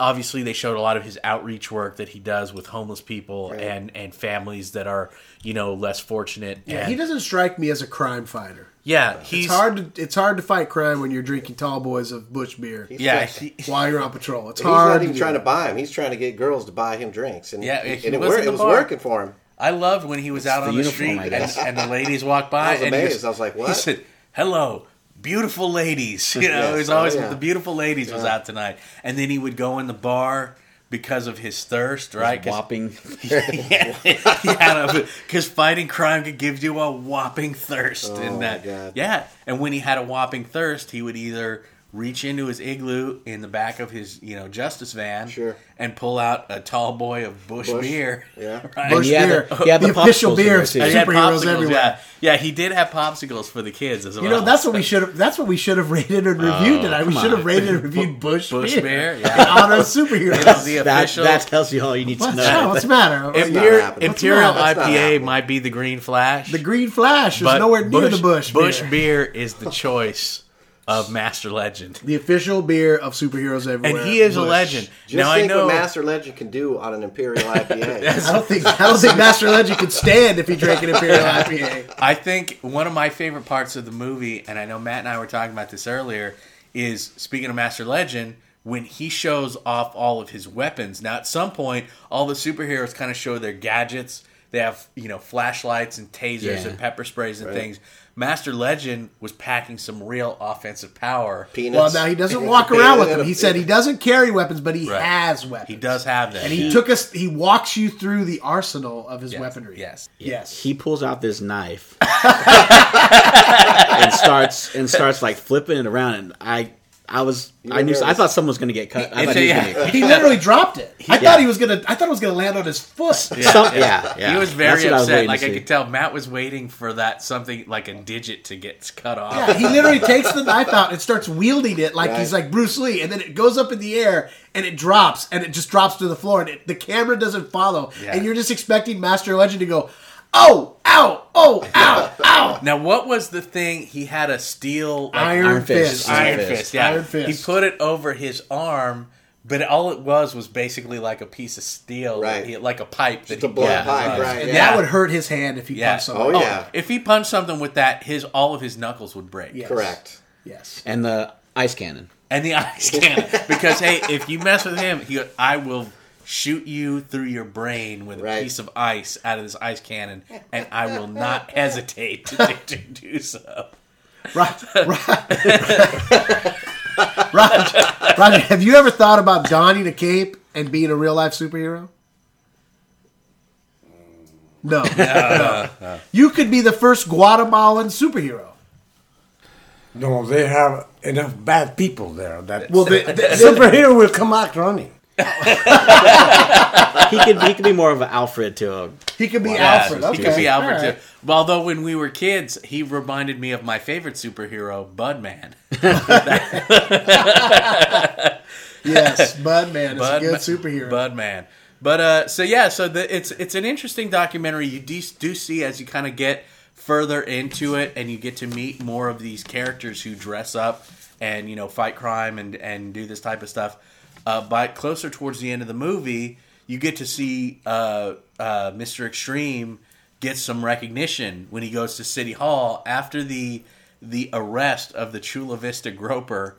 obviously they showed a lot of his outreach work that he does with homeless people and and families that are, you know, less fortunate. Yeah, and, he doesn't strike me as a crime fighter. Yeah, he's It's hard to it's hard to fight crime when you're drinking tall boys of Bush beer Yeah, he, while you're on patrol. It's He's hard. not even do trying to that. buy him. He's trying to get girls to buy him drinks, and Yeah, and he it, was wor- in the it was bar. working for him. I loved when he was out the on the uniform, street I and, guess. and the ladies walked by. I was and he amazed. I was like, He "What?" said, "Hello, beautiful ladies." You know, Yes. it was always Oh, yeah. the beautiful ladies was out tonight. And then he would go in the bar because of his thirst, right? 'Cause- Whopping. yeah, because fighting crime could give you a whopping thirst. and Oh, my that, God. yeah. And when he had a whopping thirst, he would either reach into his igloo in the back of his, you know, justice van, Sure. and pull out a tall boy of Bush, Bush, beer, yeah. right? Bush he had beer. the- he had the, the official popsicles beer. there, too. And he had Superheroes popsicles, everywhere. Yeah. yeah, he did have popsicles for the kids as well. You know, that's what we should have. That's what we should have rated and Oh, reviewed tonight. We Oh, come should on. have rated and reviewed Bush, Bush Beer, Bear, in yeah. honor of It was superheroes. the That, official that tells you all you need to What's, know. yeah, what's the matter? Imperial, happening. What's Imperial not- that's not IPA happening. might be the Green Flash. the Green Flash is nowhere near the Bush. Bush beer. beer is the choice of Master Legend. the official beer of superheroes everywhere. and he is a Busch. legend. Just now I think know what Master Legend can do on an Imperial IPA. I don't think I don't think Master Legend could stand if he drank an Imperial IPA. I think one of my favorite parts of the movie, and I know Matt and I were talking about this earlier, is speaking of Master Legend, when he shows off all of his weapons. Now, at some point, all the superheroes kind of show their gadgets, They have you know flashlights and tasers Yeah. and pepper sprays and things. Master Legend was packing some real offensive power. Well, Peanuts. now he doesn't walk around with them. He said he doesn't carry weapons, but he Right. has weapons. He does have that. And he took us. He walks you through the arsenal of his Yes, weaponry. Yes. Yes. he pulls out this knife and starts and starts like flipping it around and i i was i knew i thought someone was gonna get cut i It's thought a- he was yeah. gonna get cut He literally dropped it. I yeah. thought he was gonna. I thought it was gonna land on his foot. Some- yeah, yeah. He was That's very what I was upset. waiting to like I see. could tell, Matt was waiting for that something like a digit to get cut off. Yeah, he literally takes the knife out and starts wielding it like he's like Bruce Lee, and then it goes up in the air and it drops and it just drops to the floor, and it, the camera doesn't follow, Yeah. and you're just expecting Master Legend to go, "Oh, ow, oh, ow, ow." Now, what was the thing? He had a steel like, Iron, Iron fist. Fist. iron Iron fist. fist, Yeah, Iron fist. he put it over his arm, but all it was was basically like a piece of steel, Right. he- like a pipe that It's a he blood Yeah. pipe, right? And yeah. that would hurt his hand if he Yeah. punched oh someone. yeah, If he punched something with that, his all of his knuckles would break. Yes. correct. Yes. and the ice cannon And the ice can because hey, if you mess with him, he I will shoot you through your brain with a Right. piece of ice out of this ice cannon, and I will not hesitate to, to do so. Roger, Roger, Roger, have you ever thought about donning a cape and being a real life superhero? No, no. You could be the first Guatemalan superhero. No, they have enough bad people there that Well, the, the- superhero will come out running. he could he could be more of an alfred to a he could be Yeah, Alfred. Okay. He could be Alfred All right. too. But Although when we were kids, he reminded me of my favorite superhero, Budman. Yes, Budman is a good superhero. Budman. But uh, so yeah, so the, it's it's an interesting documentary. You de- do see as you kind of get further into it, and you get to meet more of these characters who dress up and you know fight crime and and do this type of stuff. Uh, but closer towards the end of the movie, you get to see uh, uh, Mr. Extreme get some recognition when he goes to City Hall after the the arrest of the Chula Vista Groper.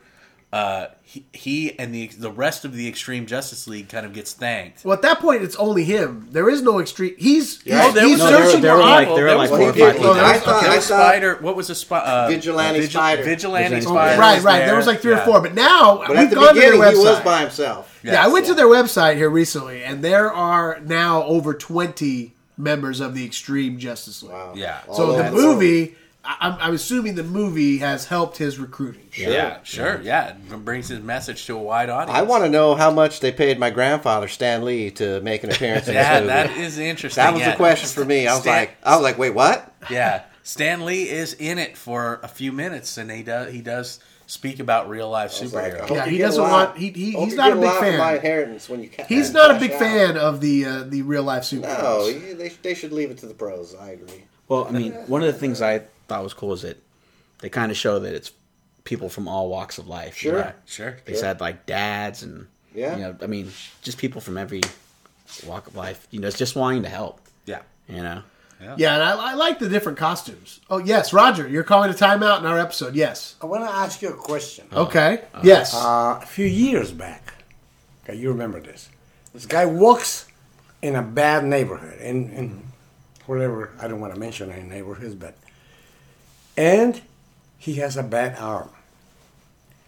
Uh, he, he and the the rest of the Extreme Justice League kind of gets thanked. Well, at that point, it's only him. There is no extreme. He's he's, Oh, there he's was- there were- searching there for were like- people. there were There like was four or people- five people. well, Oh, there was- I, I thought- There I was thought- spider. What was the spider? Uh, Vigilante Spider. Vigilante Vigilante spider. Spider. right, was right. There was like three or four, but now But we've at the gone to their website. beginning, he was by himself. yeah, I went yeah. to their website here recently, and there are now over twenty members of the Extreme Justice League. Wow. Yeah. All So the over. movie, I, I'm, I'm assuming the movie has helped his recruiting. Yeah, sure. Yeah, it brings his message to a wide audience. I want to know how much they paid my grandfather Stan Lee to make an appearance in this Yeah, movie. that is interesting. That was yeah. the question for me. I was Stan- like, I was like, wait, what? Yeah, Stan Lee is in it for a few minutes, and he does he does speak about real life superheroes. Hope Yeah, oh, you he get doesn't lot- want- he- he- hope he's you not get a big lot of fan. My inheritance when you ca- He's not a cash big out. fan of the uh, the real life superheroes. No, you- they, they should leave it to the pros. I agree. well i mean one of the things i thought was cool is that they kind of show that it's people from all walks of life Sure. right? Sure. they said like dads and Yeah. you know i mean just people from every walk of life you know it's just wanting to help Yeah. you know Yeah, and I, I like the different costumes. Oh yes, Roger, you're calling a timeout in our episode. Yes. I want to ask you a question. Okay. yes. Uh, a few years back, okay, you remember this. This guy walks in a bad neighborhood, in, in whatever, I don't want to mention any neighborhoods, but. And he has a bad arm.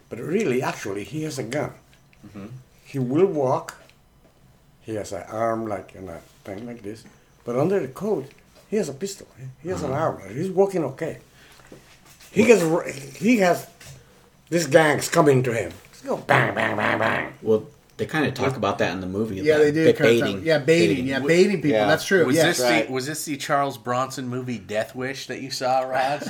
But really, actually, he has a gun. He will walk. He has an arm like in a thing like this. But under the coat, he has a pistol. He has an arm. He's walking okay. He gets, r- he has this gang's coming to him. Let's go bang, bang, bang, bang. well they kind of talk about that in the movie yeah, about they do. bit curse out. Yeah, baiting. Yeah, baiting people. Mm-hmm. Yeah. That's true. Was yes. this right. the was this the Charles Bronson movie Death Wish that you saw, Rod?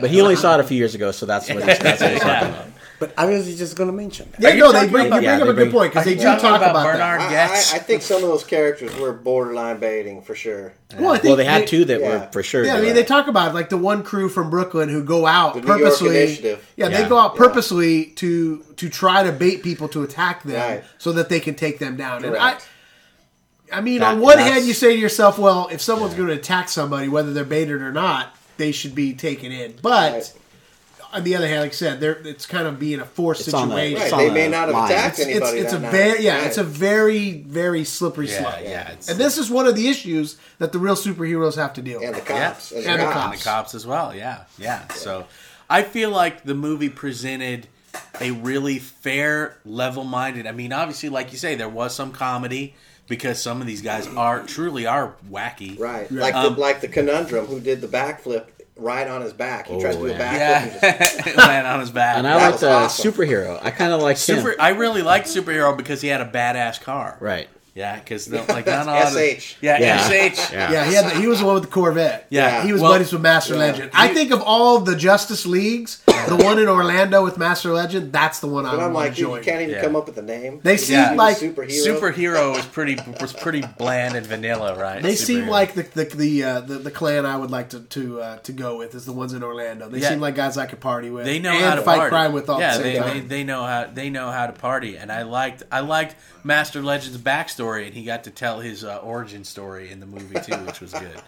But he only saw it a few years ago, so that's what he's that's what he's talking about. But I was just going to mention that. Yeah, Are you no, they talking bring, about- you yeah, bring up they a good bring- point because they do talking talk about, about that. Bernard? I, Yes. I, I think some of those characters were borderline baiting for sure. Well, I Well, think they had two that yeah. were for sure. Yeah, I mean, they talk about it, like the one crew from Brooklyn who go out The New York purposely. Initiative. Yeah, they Yeah. go out purposely to to try to bait people to attack them Right. so that they can take them down. And I, Correct. I mean, That- on one that's- hand, you say to yourself, "Well, if someone's going to attack somebody, whether they're baited or not, they should be taken in." But Right. on the other hand, like I said, there it's kind of being a forced It's on the- situation. It's Right, on they a may not have line. attacked It's- it's anybody. it's a that night. very yeah, Right. it's a very very slippery Yeah, slope. yeah. It's, And this is one of the issues that the real superheroes have to deal with. and the yeah. cops And, as And the the cops. cops. as well. Yeah, yeah. So I feel like the movie presented a really fair, level-minded. I mean, obviously, like you say, there was some comedy because some of these guys are truly are wacky. Um, Right, like the, like the conundrum who did the backflip right on his back. He tries to do a yeah. backflip. And just, Oh, Yeah, land on his back. And I That like was the awesome. superhero. I kind of like Super, him. I really liked superhero because he had a badass car. Right. Yeah, because like not all That's the- SH. Yeah, Yeah. sh. Yeah. Yeah, he had the, he was the one with the Corvette. Yeah. he was Well- buddies with Master Legend. I think of all the Justice Leagues, the one in Orlando with Master Legend, that's the one I and I'm would like, you, enjoy. you can't even Yeah. come up with a name. they You seem Yeah. just like do superhero. Superhero was pretty was pretty bland and vanilla, right? they seem Superhero. like the the the, uh, the the clan I would like to to uh, to go with is the ones in Orlando. They Yeah. seem like guys I could party with. they know and how to fight party. crime with all yeah, the same they, time. they they know how they know how to party, and I liked I liked Master Legend's backstory, and he got to tell his uh, origin story in the movie too, which was good.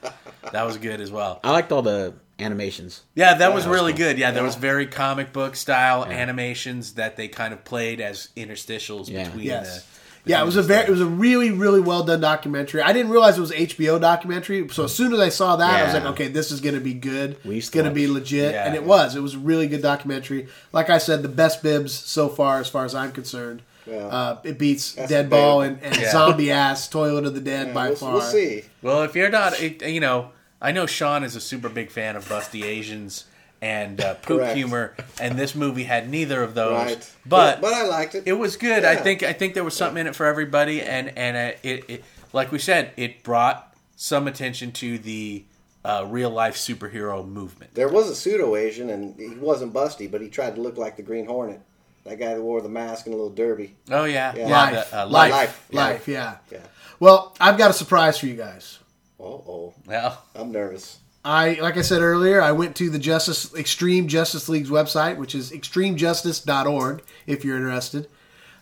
that was good as well. I liked all the animations. Yeah, that was really good. Yeah, there was very comic book style animations that they kind of played as interstitials Yeah. between Yes. the. Yeah, it was a very, it was a really, really well done documentary. I didn't realize it was HBO documentary, so as soon as I saw that, I was Yeah. like, okay, this is going to be good. We It's used to going to watch- be legit, Yeah. and it was. It was a really good documentary. Like I said, the best bibs so far, as far as I'm concerned. Uh, it beats Deadball and, and Yeah. Zombie Ass Toilet of the Dead by We'll, far. we'll see. Well, if you're not, it, you know, I know Sean is a super big fan of busty Asians and uh, poop Correct. humor, and this movie had neither of those. Right, But but I liked it. it was good. I Yeah. think I think there was something in it for everybody, and and uh, it, it like we said, it brought some attention to the uh, real life superhero movement. There was a pseudo Asian, and he wasn't busty, but he tried to look like the Green Hornet. That guy that wore the mask and a little derby. Oh yeah, Yeah. Life, the, uh, life, life. life, yeah. yeah. Yeah. Well, I've got a surprise for you guys. Uh oh. Well, I'm nervous. I like I said earlier, I went to the Justice Extreme Justice League's website, which is extremejustice.org if you're interested.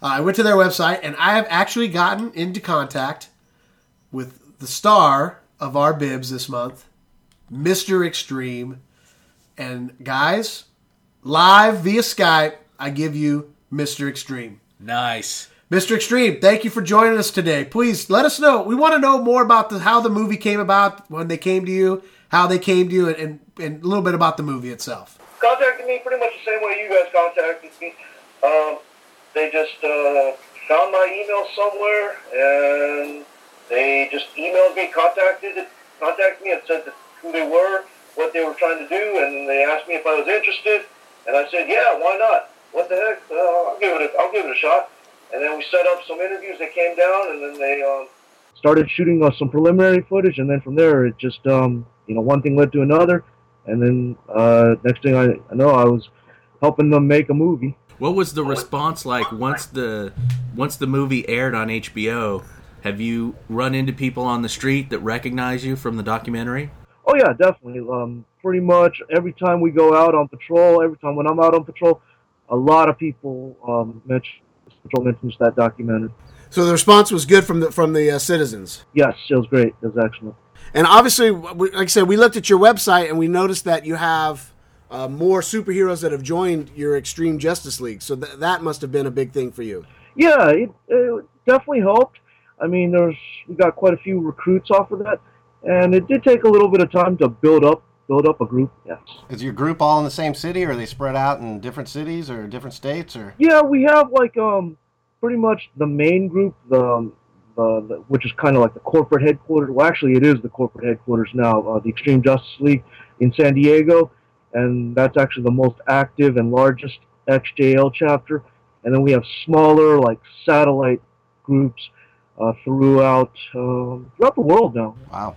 Uh, I went to their website and I have actually gotten into contact with the star of our bibs this month, Mr. Extreme. And guys, live via Skype, I give you Mr. Extreme. nice. Mr. Extreme, thank you for joining us today. Please let us know. We want to know more about the, how the movie came about, when they came to you, how they came to you, and, and, and a little bit about the movie itself. contacted me pretty much the same way you guys contacted me. Um, they just uh, found my email somewhere, and they just emailed me, contacted contacted me, and said that who they were, what they were trying to do, and they asked me if I was interested, and I said, yeah, why not? What the heck? Uh, I'll give it. A, I'll give it a shot. And then we set up some interviews. They came down, and then they um, started shooting us some preliminary footage, and then from there, it just um, you know one thing led to another, and then uh, next thing I, I know, I was helping them make a movie. What was the response like once the once the movie aired on HBO? Have you run into people on the street that recognize you from the documentary? Oh yeah, definitely. Um, pretty much every time we go out on patrol, every time when I'm out on patrol, a lot of people um, mention patrol mentions that documentary. So the response was good from the from the uh, citizens. Yes, it was great. It was excellent. And obviously, we, like I said, we looked at your website and we noticed that you have uh, more superheroes that have joined your Extreme Justice League. So th- that must have been a big thing for you. Yeah, it, it definitely helped. I mean, there's we got quite a few recruits off of that, and it did take a little bit of time to build up build up a group. Yes. Is your group all in the same city, or are they spread out in different cities or different states? Or Yeah, we have like um pretty much the main group, the, um, the, the which is kind of like the corporate headquarters. Well, actually, it is the corporate headquarters now, uh, the Extreme Justice League in San Diego, and that's actually the most active and largest XJL chapter. And then we have smaller like satellite groups uh, throughout um, throughout the world now. wow,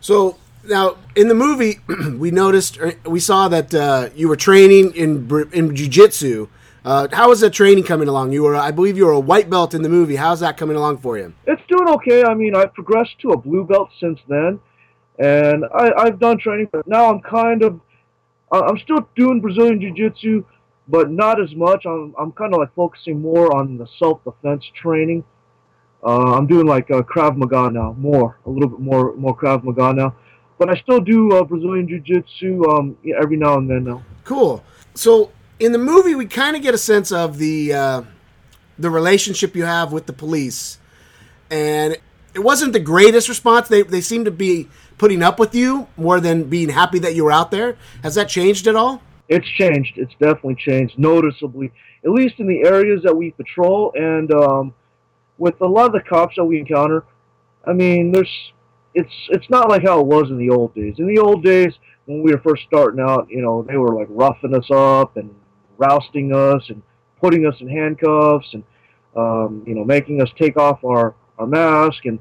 So now in the movie, we noticed er, or we saw that uh, you were training in br- in jujitsu. Uh, how was that training coming along? You were, I believe, you were a white belt in the movie. How's that coming along for you? it's doing okay. I mean, I've progressed to a blue belt since then, and I, I've done training, but now I'm kind of, I- I'm still doing Brazilian jiu-jitsu, but not as much. I'm, I'm kind of like focusing more on the self-defense training. Uh, I'm doing like uh, Krav Maga now, more, a little bit more, more Krav Maga now. But I still do uh, Brazilian Jiu Jitsu um, yeah, every now and then now. Cool. So in the movie, we kind of get a sense of the uh, the relationship you have with the police, and it wasn't the greatest response. They they seemed to be putting up with you more than being happy that you were out there. Has that changed at all? It's changed. It's definitely changed noticeably, at least in the areas that we patrol and um, with a lot of the cops that we encounter. I mean, there's it's it's not like how it was in the old days. In the old days, when we were first starting out, you know, they were like roughing us up and rousting us and putting us in handcuffs and um, you know making us take off our our mask and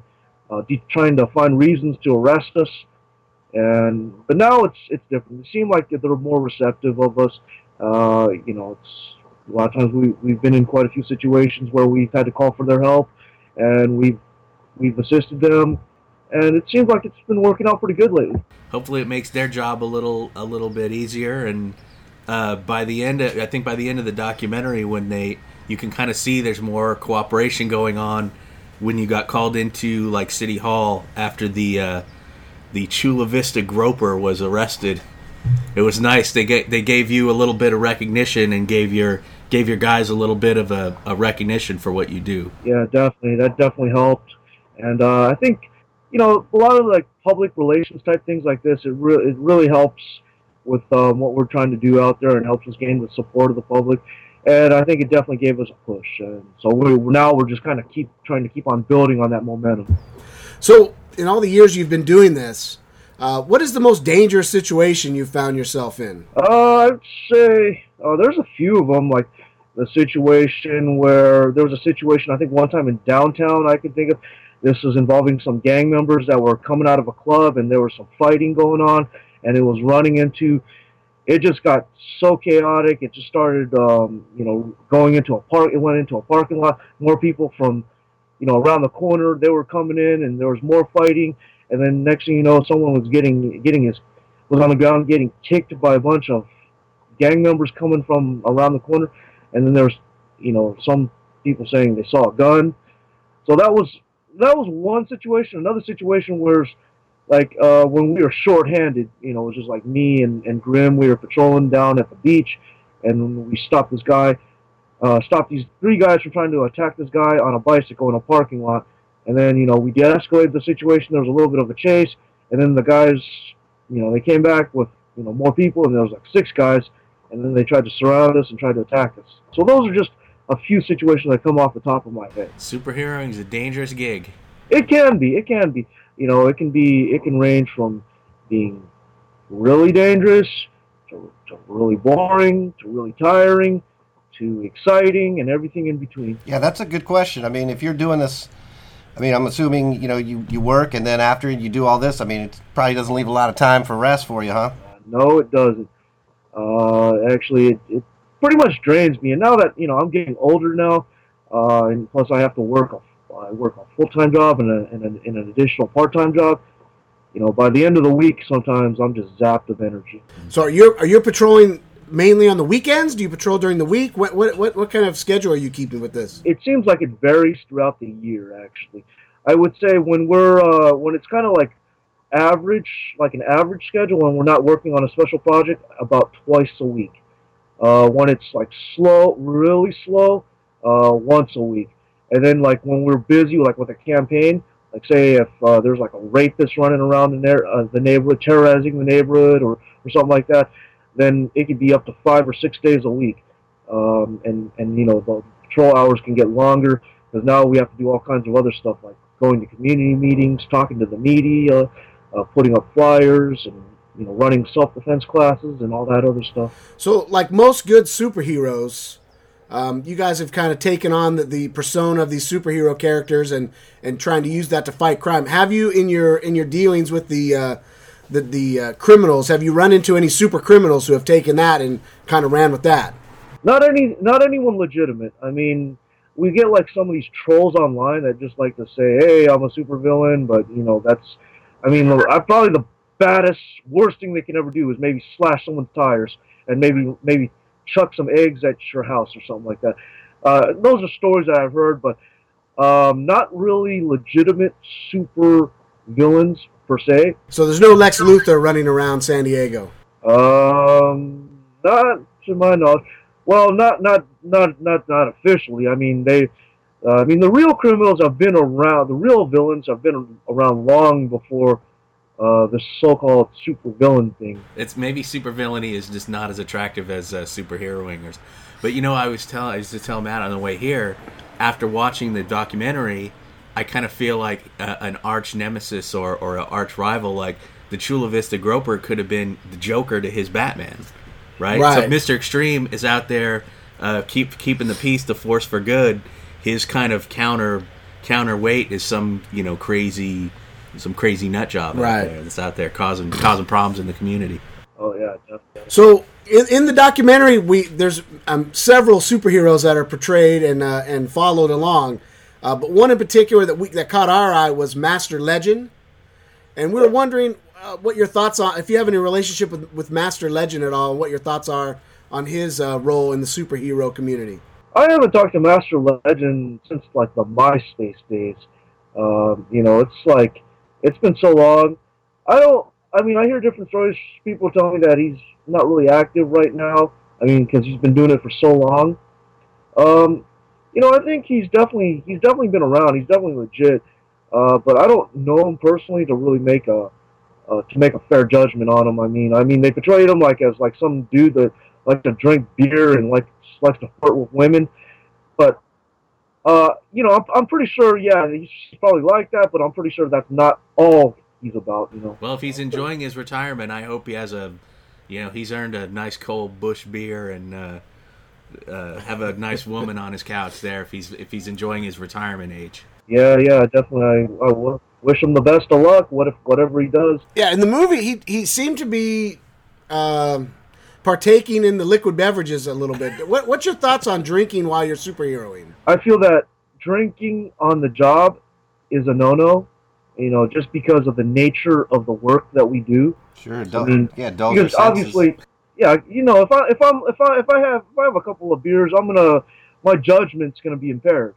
uh, de- trying to find reasons to arrest us. And but now it's it's different. It seemed like they're more receptive of us. Uh, you know, it's a lot of times we we've been in quite a few situations where we've had to call for their help, and we've we've assisted them, and it seems like it's been working out pretty good lately. Hopefully, it makes their job a little a little bit easier. And uh, by the end, I think by the end of the documentary, when they you can kind of see there's more cooperation going on when you got called into like City Hall after the uh, the Chula Vista groper was arrested. It was nice. They get they gave you a little bit of recognition and gave your gave your guys a little bit of a, a recognition for what you do. Yeah, definitely. That definitely helped. And uh, I think, you know, a lot of like public relations type things like this, it really it really helps with um, what we're trying to do out there and helps us gain the support of the public. And I think it definitely gave us a push. And so we, now we're just kind of keep trying to keep on building on that momentum. So in all the years you've been doing this, uh, what is the most dangerous situation you found yourself in? Uh, I'd say uh, there's a few of them. Like the situation where there was a situation I think one time in downtown I could think of. This was involving some gang members that were coming out of a club and there was some fighting going on, and it was running into. It just got so chaotic. It just started, um, you know, going into a park. It went into a parking lot. More people from, you know, around the corner. They were coming in, and there was more fighting. And then next thing you know, someone was getting getting his was on the ground getting kicked by a bunch of gang members coming from around the corner, and then there's you know some people saying they saw a gun. So that was that was one situation. Another situation was like uh, when we were shorthanded, you know, it was just like me and, and Grim. We were patrolling down at the beach, and we stopped this guy, uh, stopped these three guys from trying to attack this guy on a bicycle in a parking lot. And then you know we de-escalated the situation. There was a little bit of a chase, and then the guys, you know, they came back with you know more people, and there was like six guys, and then they tried to surround us and tried to attack us. So those are just a few situations that come off the top of my head. Superheroing is a dangerous gig. It can be. It can be. You know, it can be. It can range from being really dangerous to, to really boring to really tiring to exciting and everything in between. Yeah, that's a good question. I mean, if you're doing this, I mean, I'm assuming you know you you work and then after you do all this, I mean, it probably doesn't leave a lot of time for rest for you, huh? No, it doesn't. Uh, actually, it, it pretty much drains me. And now that you know I'm getting older now, uh, and plus I have to work a I work a full time job and, a, and, an, and an additional part time job. You know, by the end of the week, sometimes I'm just zapped of energy. So are you are you patrolling mainly on the weekends? Do you patrol during the week? What what what, what kind of schedule are you keeping with this? It seems like it varies throughout the year. Actually, I would say when we're uh, when it's kind of like average, like an average schedule, and we're not working on a special project, about twice a week. Uh, when it's like slow, really slow, uh, once a week, and then like when we're busy, like with a campaign, like say if uh, there's like a rapist running around in there, uh, the neighborhood, terrorizing the neighborhood, or or something like that, then it could be up to five or six days a week, um, and and you know the patrol hours can get longer because now we have to do all kinds of other stuff like going to community meetings, talking to the media, uh, putting up flyers, and you know running self-defense classes and all that other stuff. So, like most good superheroes, um, you guys have kind of taken on the, the persona of these superhero characters and and trying to use that to fight crime. Have you in your in your dealings with the uh, the the uh, criminals? Have you run into any super criminals who have taken that and kind of ran with that? Not any, not anyone legitimate. I mean, we get like some of these trolls online that just like to say, "Hey, I'm a supervillain," but you know that's, I mean, I probably the baddest, worst thing they can ever do is maybe slash someone's tires and maybe maybe chuck some eggs at your house or something like that. Uh, those are stories that I've heard, but um, not really legitimate super villains per se. So there's no Lex Luthor running around San Diego. Um, not to my knowledge. Well, not not not not not officially. I mean, they. Uh, I mean, the real criminals have been around. The real villains have been around long before uh, the so-called supervillain thing. It's maybe supervillainy is just not as attractive as uh, superheroing, or, but you know, I was tell I used to tell Matt on the way here, after watching the documentary, I kind of feel like uh, an arch nemesis or or an arch rival, like the Chula Vista Groper could have been the Joker to his Batman, right? So Right. if Mister Extreme is out there, uh, keep keeping the peace, the force for good. His kind of counter counterweight is some you know crazy. Some crazy nut job Right. out there that's out there causing causing problems in the community. Oh yeah, definitely. So in, in the documentary, we there's um, several superheroes that are portrayed and uh, and followed along, uh, but one in particular that we that caught our eye was Master Legend, and we were wondering uh, what your thoughts on if you have any relationship with, with Master Legend at all, and what your thoughts are on his uh, role in the superhero community. I haven't talked to Master Legend since like the MySpace days. Um, you know, it's like it's been so long. I don't. I mean, I hear different stories. People tell me that he's not really active right now. I mean, because he's been doing it for so long. Um, you know, I think he's definitely he's definitely been around. He's definitely legit. Uh, but I don't know him personally to really make a uh, to make a fair judgment on him. I mean, I mean, they portrayed him like as like some dude that likes to drink beer and like likes to flirt with women. But uh, you know, I'm, I'm pretty sure. Yeah, he's probably like that, but I'm pretty sure that's not all he's about. You know. Well, if he's enjoying his retirement, I hope he has a, you know, he's earned a nice cold bush beer and uh, uh, have a nice woman on his couch there. If he's if he's enjoying his retirement age, Yeah, yeah, definitely. I, I w- wish him the best of luck. What if whatever he does. Yeah, in the movie, he he seemed to be um, partaking in the liquid beverages a little bit. What, what's your thoughts on drinking while you're superheroing? I feel that drinking on the job is a no-no. You know, just because of the nature of the work that we do. Sure, dull, mean, yeah, dull your because obviously, yeah, you know, if I if I'm if I if I have if I have a couple of beers, I'm gonna my judgment's gonna be impaired,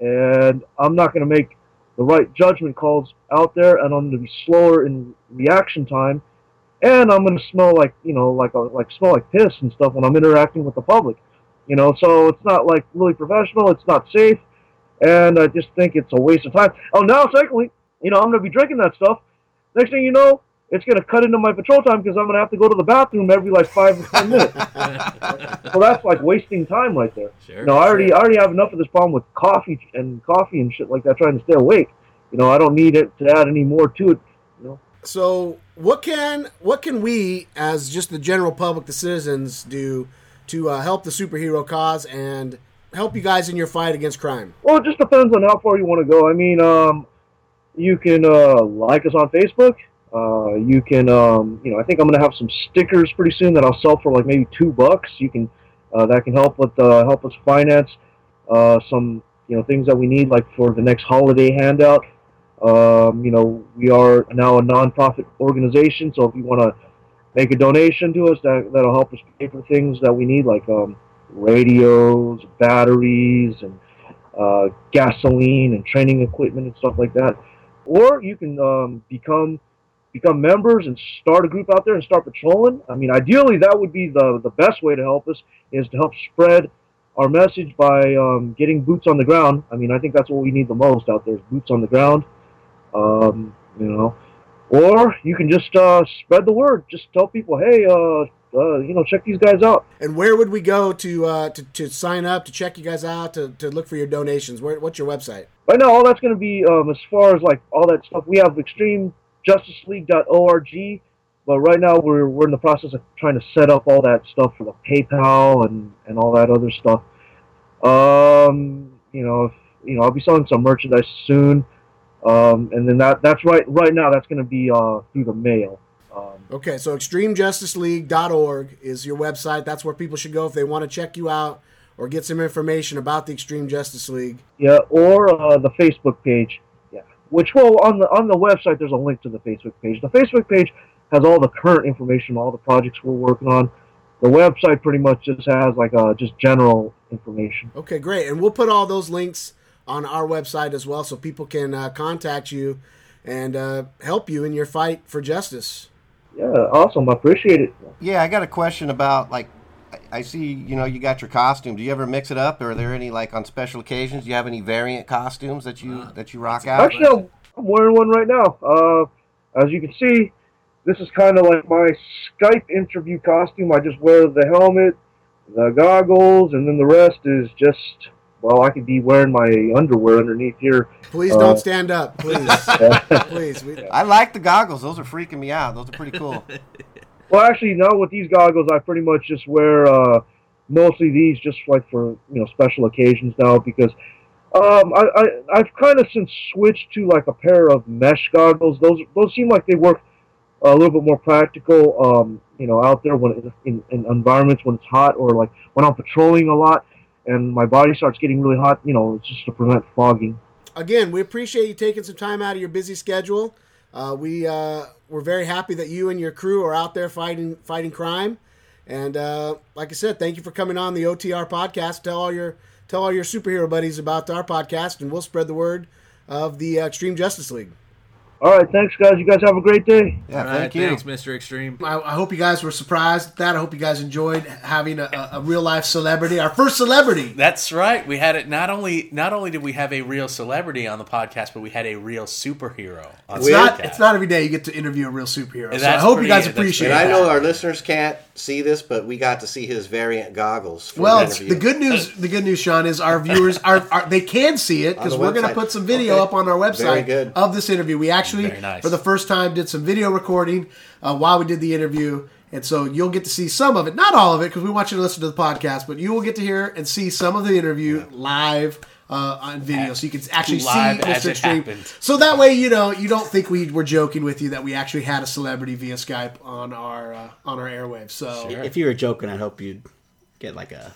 and I'm not gonna make the right judgment calls out there, and I'm gonna be slower in reaction time, and I'm gonna smell like you know like a, like smell like piss and stuff when I'm interacting with the public, you know. So it's not like really professional. It's not safe, and I just think it's a waste of time. Oh, now secondly, you know, I'm gonna be drinking that stuff. Next thing you know, it's going to cut into my patrol time because I'm going to have to go to the bathroom every like five or ten minutes. so that's like wasting time right there. Sure, you know, I already I already have enough of this problem with coffee and coffee and shit like that trying to stay awake. You know, I don't need it to add any more to it. You know, So, what can what can we, as just the general public, the citizens, do to uh, help the superhero cause and help you guys in your fight against crime? well, it just depends on how far you want to go. I mean, um, you can uh, like us on Facebook. Uh, you can, um, you know, I think I'm going to have some stickers pretty soon that I'll sell for like maybe two bucks. You can, uh, that can help with uh, help us finance uh, some, you know, things that we need like for the next holiday handout. Um, you know, we are now a nonprofit organization, so if you want to make a donation to us, that that'll help us pay for things that we need like um, radios, batteries, and uh, gasoline and training equipment and stuff like that. Or you can um, become become members and start a group out there and start patrolling. I mean, ideally, that would be the the best way to help us is to help spread our message by um, getting boots on the ground. I mean, I think that's what we need the most out there is boots on the ground. Um, you know, or you can just uh, spread the word. Just tell people, hey, uh, uh, you know, check these guys out. And where would we go to uh, to, to sign up, to check you guys out, to, to look for your donations? Where, what's your website? Right now, all that's going to be um, as far as like all that stuff. We have extremejusticeleague.org, but right now we're we're in the process of trying to set up all that stuff for the PayPal and and all that other stuff. Um, you know, if, you know, I'll be selling some merchandise soon, um, and then that that's right right now that's going to be uh, through the mail. Um, Okay, so extremejusticeleague.org is your website. That's where people should go if they want to check you out or get some information about the Extreme Justice League. Yeah, or uh, the Facebook page. Yeah, which will on the on the website. There's a link to the Facebook page. The Facebook page has all the current information, all the projects we're working on. The website pretty much just has like uh, just general information. Okay, great. And we'll put all those links on our website as well so people can uh, contact you and uh, help you in your fight for justice. Yeah, awesome. I appreciate it. Yeah, I got a question about like I- I see you know you got your costume. Do you ever mix it up? Are there any like on special occasions? Do you have any variant costumes that you that you rock out? Actually, I'm, I'm wearing one right now. Uh, as you can see, this is kind of like my Skype interview costume. I just wear the helmet, the goggles, and then the rest is just well, I could be wearing my underwear underneath here. Please don't Uh, stand up, please, please. We, I like the goggles. Those are freaking me out. Those are pretty cool. Well, actually, no. With these goggles, I pretty much just wear uh, mostly these, just like for you know special occasions now, because um, I, I I've kind of since switched to like a pair of mesh goggles. Those those seem like they work a little bit more practical. Um, you know, out there when in, in environments when it's hot or like when I'm patrolling a lot and my body starts getting really hot. You know, it's just to prevent fogging. again, we appreciate you taking some time out of your busy schedule. Uh, we uh, we're very happy that you and your crew are out there fighting fighting crime. And uh, like I said, thank you for coming on the OTR podcast. Tell all your tell all your superhero buddies about our podcast, and we'll spread the word of the uh, Extreme Justice League. All right, thanks guys. You guys have a great day. Yeah, All right, thanks, Mr. Extreme. I, I hope you guys were surprised at that. I hope you guys enjoyed having a, a, a real life celebrity, our first celebrity. That's right. We had it. Not only not only did we have a real celebrity on the podcast, but we had a real superhero. On It's the not, podcast. it's not every day you get to interview a real superhero. And So I that's hope you pretty- guys that's appreciate And it. I know our listeners can't see this, but we got to see his variant goggles. For Well, the it's, interview. the good news, the good news, Sean, is our viewers are, are they can see it because On the we're going to website. put some video Okay. up on our website Very good. of this interview. We actually, Very nice. for the first time, did some video recording uh, while we did the interview, and so you'll get to see some of it, not all of it, because we want you to listen to the podcast, but you will get to hear and see some of the interview live. Uh, on video, so you can actually Live see as Mr. it Extreme. happened. So that way, you know, you don't think we were joking with you that we actually had a celebrity via Skype on our uh, on our airwaves. So If you were joking, I'd hope you'd get like a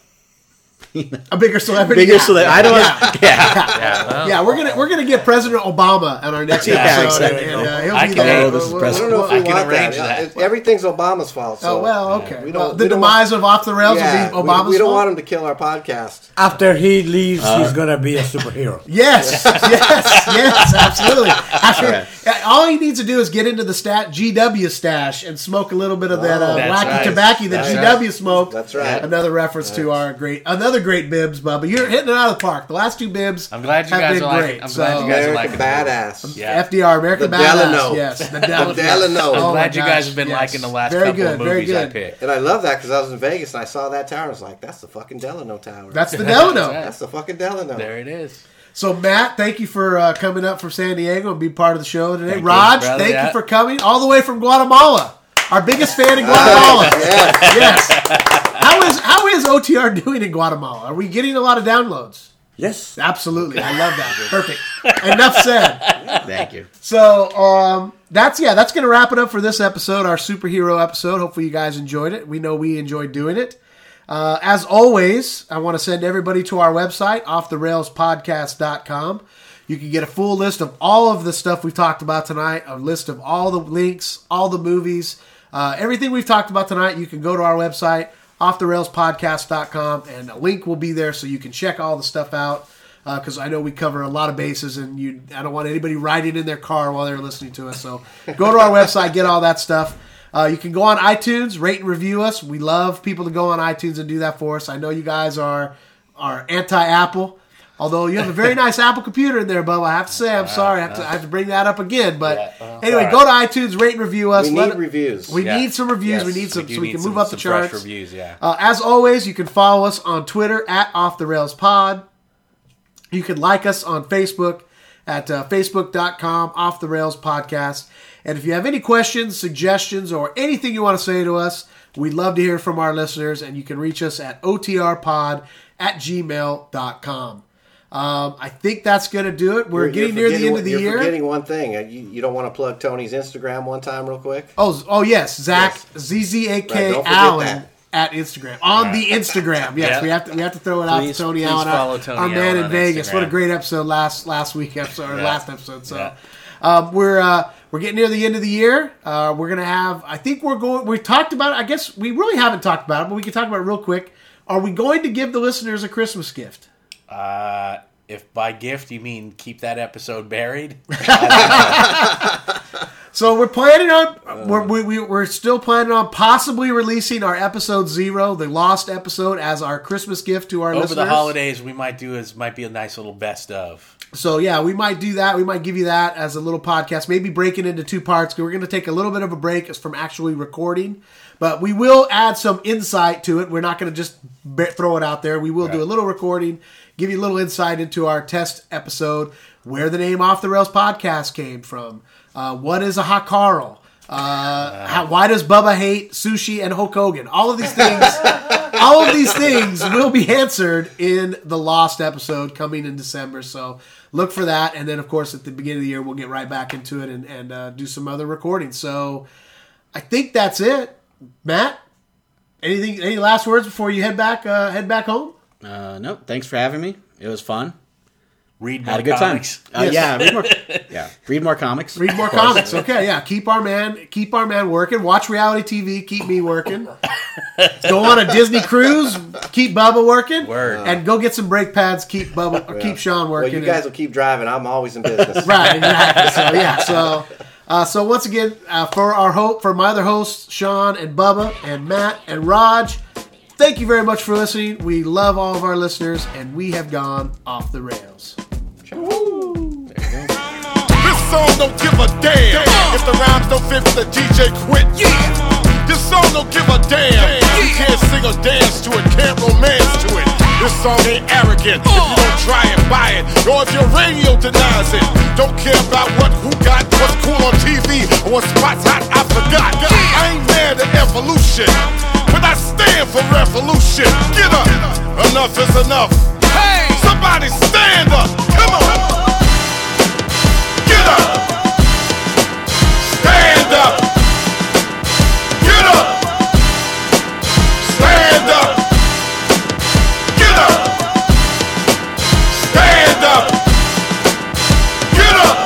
a bigger celebrity, bigger yeah. celebrity. I don't. Yeah. Yeah, well, Yeah, we're gonna we're gonna get President Obama on our next Yeah, episode, exactly. and, uh, he'll I be can- there. Oh, this is Well, I President. don't know if we I can want arrange that. that. It's- Everything's Obama's fault. So. Oh well, okay. We don't- well, we the don't demise of off the rails Yeah, will we, be Obama's we don't fault? want him to kill our podcast. After he leaves, he's gonna be a superhero. Yes, yes, yes, absolutely. Absolutely. Yeah, All he needs to do is get into the stat GW stash and smoke a little bit of that uh, Oh, That's wacky right. tobacco that That's GW smoked. That's right. Another reference to our great, another great bibs, Bubba. You're hitting it out of the park. The last two bibs. I'm glad you have guys been are liking- great. Um, I'm glad you so- guys are American liking it. badass. Yeah. FDR, American The Badass. Delano. Yes, the Delano. Oh Delano. I'm my glad you gosh, guys have been yes. liking the last very couple good, of very movies good. I picked. And I love that because I was in Vegas and I saw that tower. I was like, that's the fucking Delano Tower. That's the Delano. that's the fucking Delano. There it is. So Matt, thank you for uh, coming up from San Diego and being part of the show today. Thank you, Raj, brother. thank Yeah. you for coming all the way from Guatemala. Our biggest fan in Guatemala. Yeah. yes. How is how is OTR doing in Guatemala? Are we getting a lot of downloads? Yes. Absolutely. I love that. Perfect. Enough said. Thank you. So um, that's yeah, that's gonna wrap it up for this episode, our superhero episode. Hopefully you guys enjoyed it. We know we enjoyed doing it. Uh, as always, I want to send everybody to our website, offtherailspodcast.com. You can get a full list of all of the stuff we've talked about tonight, a list of all the links, all the movies, uh, everything we've talked about tonight. You can go to our website, offtherailspodcast.com, and a link will be there so you can check all the stuff out. Because Uh, I know we cover a lot of bases, and you, I don't want anybody riding in their car while they're listening to us. So go to our website, get all that stuff. Uh, you can go on iTunes, rate and review us. We love people to go on iTunes and do that for us. I know you guys are are anti Apple, although you have a very nice Apple computer in there, Bubba. I have to say, Uh, I'm sorry, I have, to, I have to bring that up again. But anyway, go to iTunes, rate and review us. We Let need it- reviews. We Yeah. need some reviews. Yes, we need some do so we need can some- move up the some fresh charts. Reviews, yeah. Uh, as always, you can follow us on Twitter at Off the Rails Pod. You can like us on Facebook at uh, facebook.com Off the Rails Podcast. And if you have any questions, suggestions, or anything you want to say to us, we'd love to hear from our listeners. And you can reach us at otrpod at gmail.com. Um, I think that's going to do it. We're You're- getting near you're the end forgetting- of the you're year. forgetting one thing. Uh, You, you don't want to plug Tony's Instagram one time real quick? Oh, z- oh yes, Zach Z Z A Right, K don't forget Allen that. at Instagram on the Instagram. Yes, Yeah. we have to we have to throw it out to Please- Tony please Allen, follow our, Tony our man Allen in on Vegas. What a Instagram. great episode last last week episode or last episode. So. Yeah. Um, we're uh, we're getting near the end of the year. Uh, we're gonna have. I think we're going. We talked about. it. I guess we really haven't talked about it, but we can talk about it real quick. Are we going to give the listeners a Christmas gift? Uh, if by gift you mean keep that episode buried, So we're planning on Uh. we're, we, we, we're still planning on possibly releasing our episode zero, the lost episode, as our Christmas gift to our over listeners. the holidays we might do is might be a nice little best of. So yeah, we might do that. We might give you that as a little podcast. Maybe break it into two parts. 'cause We're going to take a little bit of a break from actually recording, but we will add some insight to it. We're not going to just ba- throw it out there. We will do a little recording, give you a little insight into our test episode, where the name Off the Rails podcast came from. Uh, what is a hot Carl? Uh, how, why does Bubba hate sushi and Hulk Hogan? All of these things, all of these things will be answered in the Lost episode coming in December. So look for that, and then of course at the beginning of the year we'll get right back into it and, and uh, do some other recordings. So I think that's it, Matt. Anything? Any last words before you head back? Uh, head back home. Uh, no, thanks for having me. It was fun. Read Had a good time. comics. Uh, Yes. Yeah, read more. yeah, read more comics. Read more Of course. comics. Okay, yeah. Keep our man, keep our man working. Watch reality TV. Keep me working. go on a Disney cruise. Keep Bubba working. Word. And go get some brake pads. Keep Bubba, or keep Sean Well, working. you guys will keep driving. I'm always in business. right, exactly. So yeah, so. Uh, so once again, uh, for our hope, for my other hosts, Sean and Bubba and Matt and Raj, thank you very much for listening. We love all of our listeners, and we have gone off the rails. This song don't give a damn. If the rhymes don't fit, the DJ quit. This song don't give a damn. You can't sing or dance to it, can't romance to it. This song ain't arrogant. If you don't try and buy it, or if your radio denies it, don't care about what who got, what's cool on TV, or what spots hot, I forgot. I ain't mad at evolution, but I stand for revolution. Get up, enough is enough. Hey, somebody stand up. Come on. Get up! Stand up! Get up! Stand up! Get up! Stand up! Get up!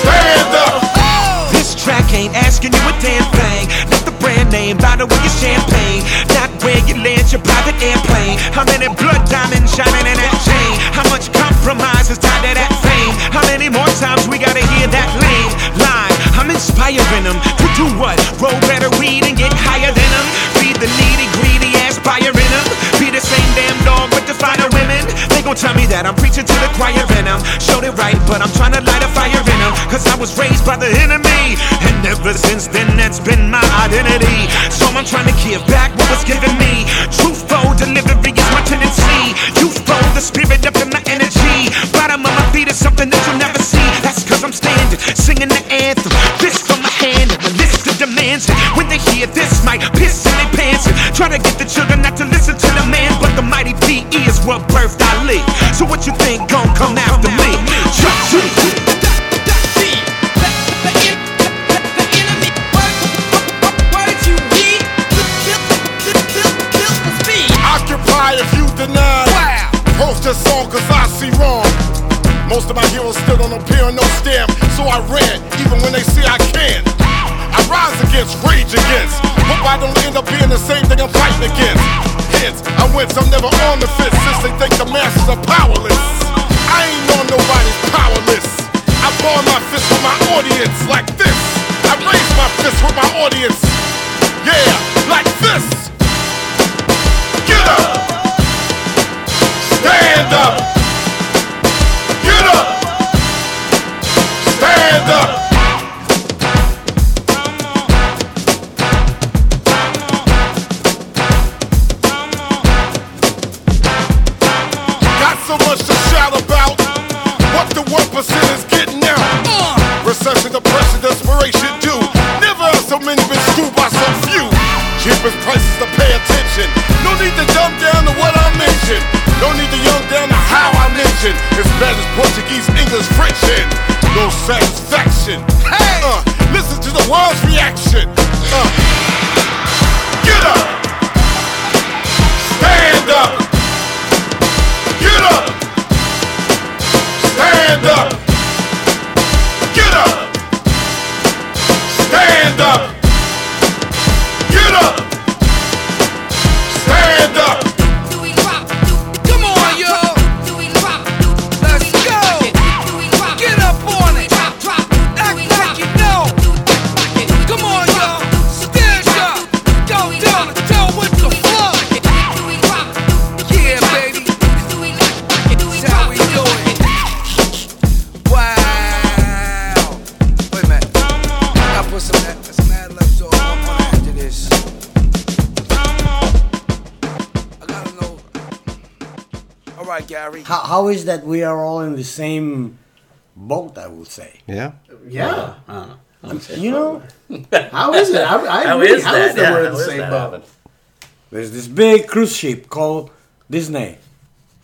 Stand up! This track ain't asking you a damn thing. Not the brand name, bottle with your champagne. Not where you land your private airplane. How many blood diamonds shining in that chain? How much compromise is tied to that fame? How many more times we gotta hear that lame line? I'm inspiring them to do what? Roll better weed and get higher than them. Feed the needy, greedy aspire in them. Be the same damn dog with the finer women. They gon' tell me that I'm preaching to the choir and I'm showed it right, but I'm tryna light a fire in them. Cause I was raised by the enemy, and ever since then that's been my identity. So I'm trying to give back what was given me. Truthful delivery is my tendency. Youthful, the spirit up in my energy. Bottom of my feet is something that you'll never see. That's cause I'm standing, singing the anthem. This from my hand, and the list of demands. When they hear this, might piss in their pants. Try to get the children not to listen to the man, but the mighty PE is what birthed Ali. So what you think gon' come after me? Chuck, chuck. Occupy if you deny. Post this song cause I see wrong. Most of my heroes still don't appear on no stamp, so I ran, even when they see I can. I rise against, rage against. Hope I don't end up being the same thing I'm fighting against. Hence, I wins, I'm never on the fence since they think the masses are powerless. I ain't on nobody's power list. I ball my fist with my audience like this. I raise my fist with my audience. Yeah, like this. Get up! Stand up! Get up! Stand up! Got so much to shout about. What the 1% is getting out. Recession, depression, desperation due. Never have so many been screwed by so few. Cheapest prices to pay attention. No need to dumb down to what I mentioned. No need to young down to how I mentioned. It's bad as Portuguese, English, friction. No satisfaction. Hey! Uh, listen to the world's reaction. Uh, get up! Stand up! Get up! Stand up! Get up! Stand up! Get up! Stand up! Come on, yo! right, Gary. How, how is that we are all in the same boat? I would say. Uh, Yeah. Yeah. Uh, You know, How is it? I, I How agree. is How is that? that Yeah, we're in how the is same that boat? happening? there's this big cruise ship called Disney,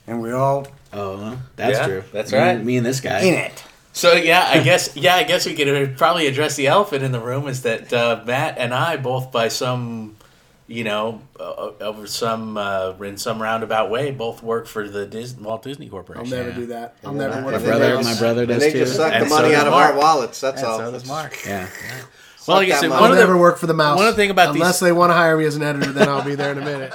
and we all Oh, well, that's Yeah, true. that's Me- right. Me and this guy. in it. So yeah, I guess yeah, I guess we could probably address the elephant in the room is that uh, Matt and I both, by some, you know, uh, over some uh, in some roundabout way, both work for the Dis- Walt Disney I'll Corporation. never do that. I'll never work My for brother- that. my brother And does they too. just suck And the so money does out of Mark. our wallets. That's And all. so does That's- Mark. Yeah. Well, like I that said, money. I'll one of never the work for the mouse. one of the thing about these- unless they want to hire me as an editor, then I'll be there in a minute.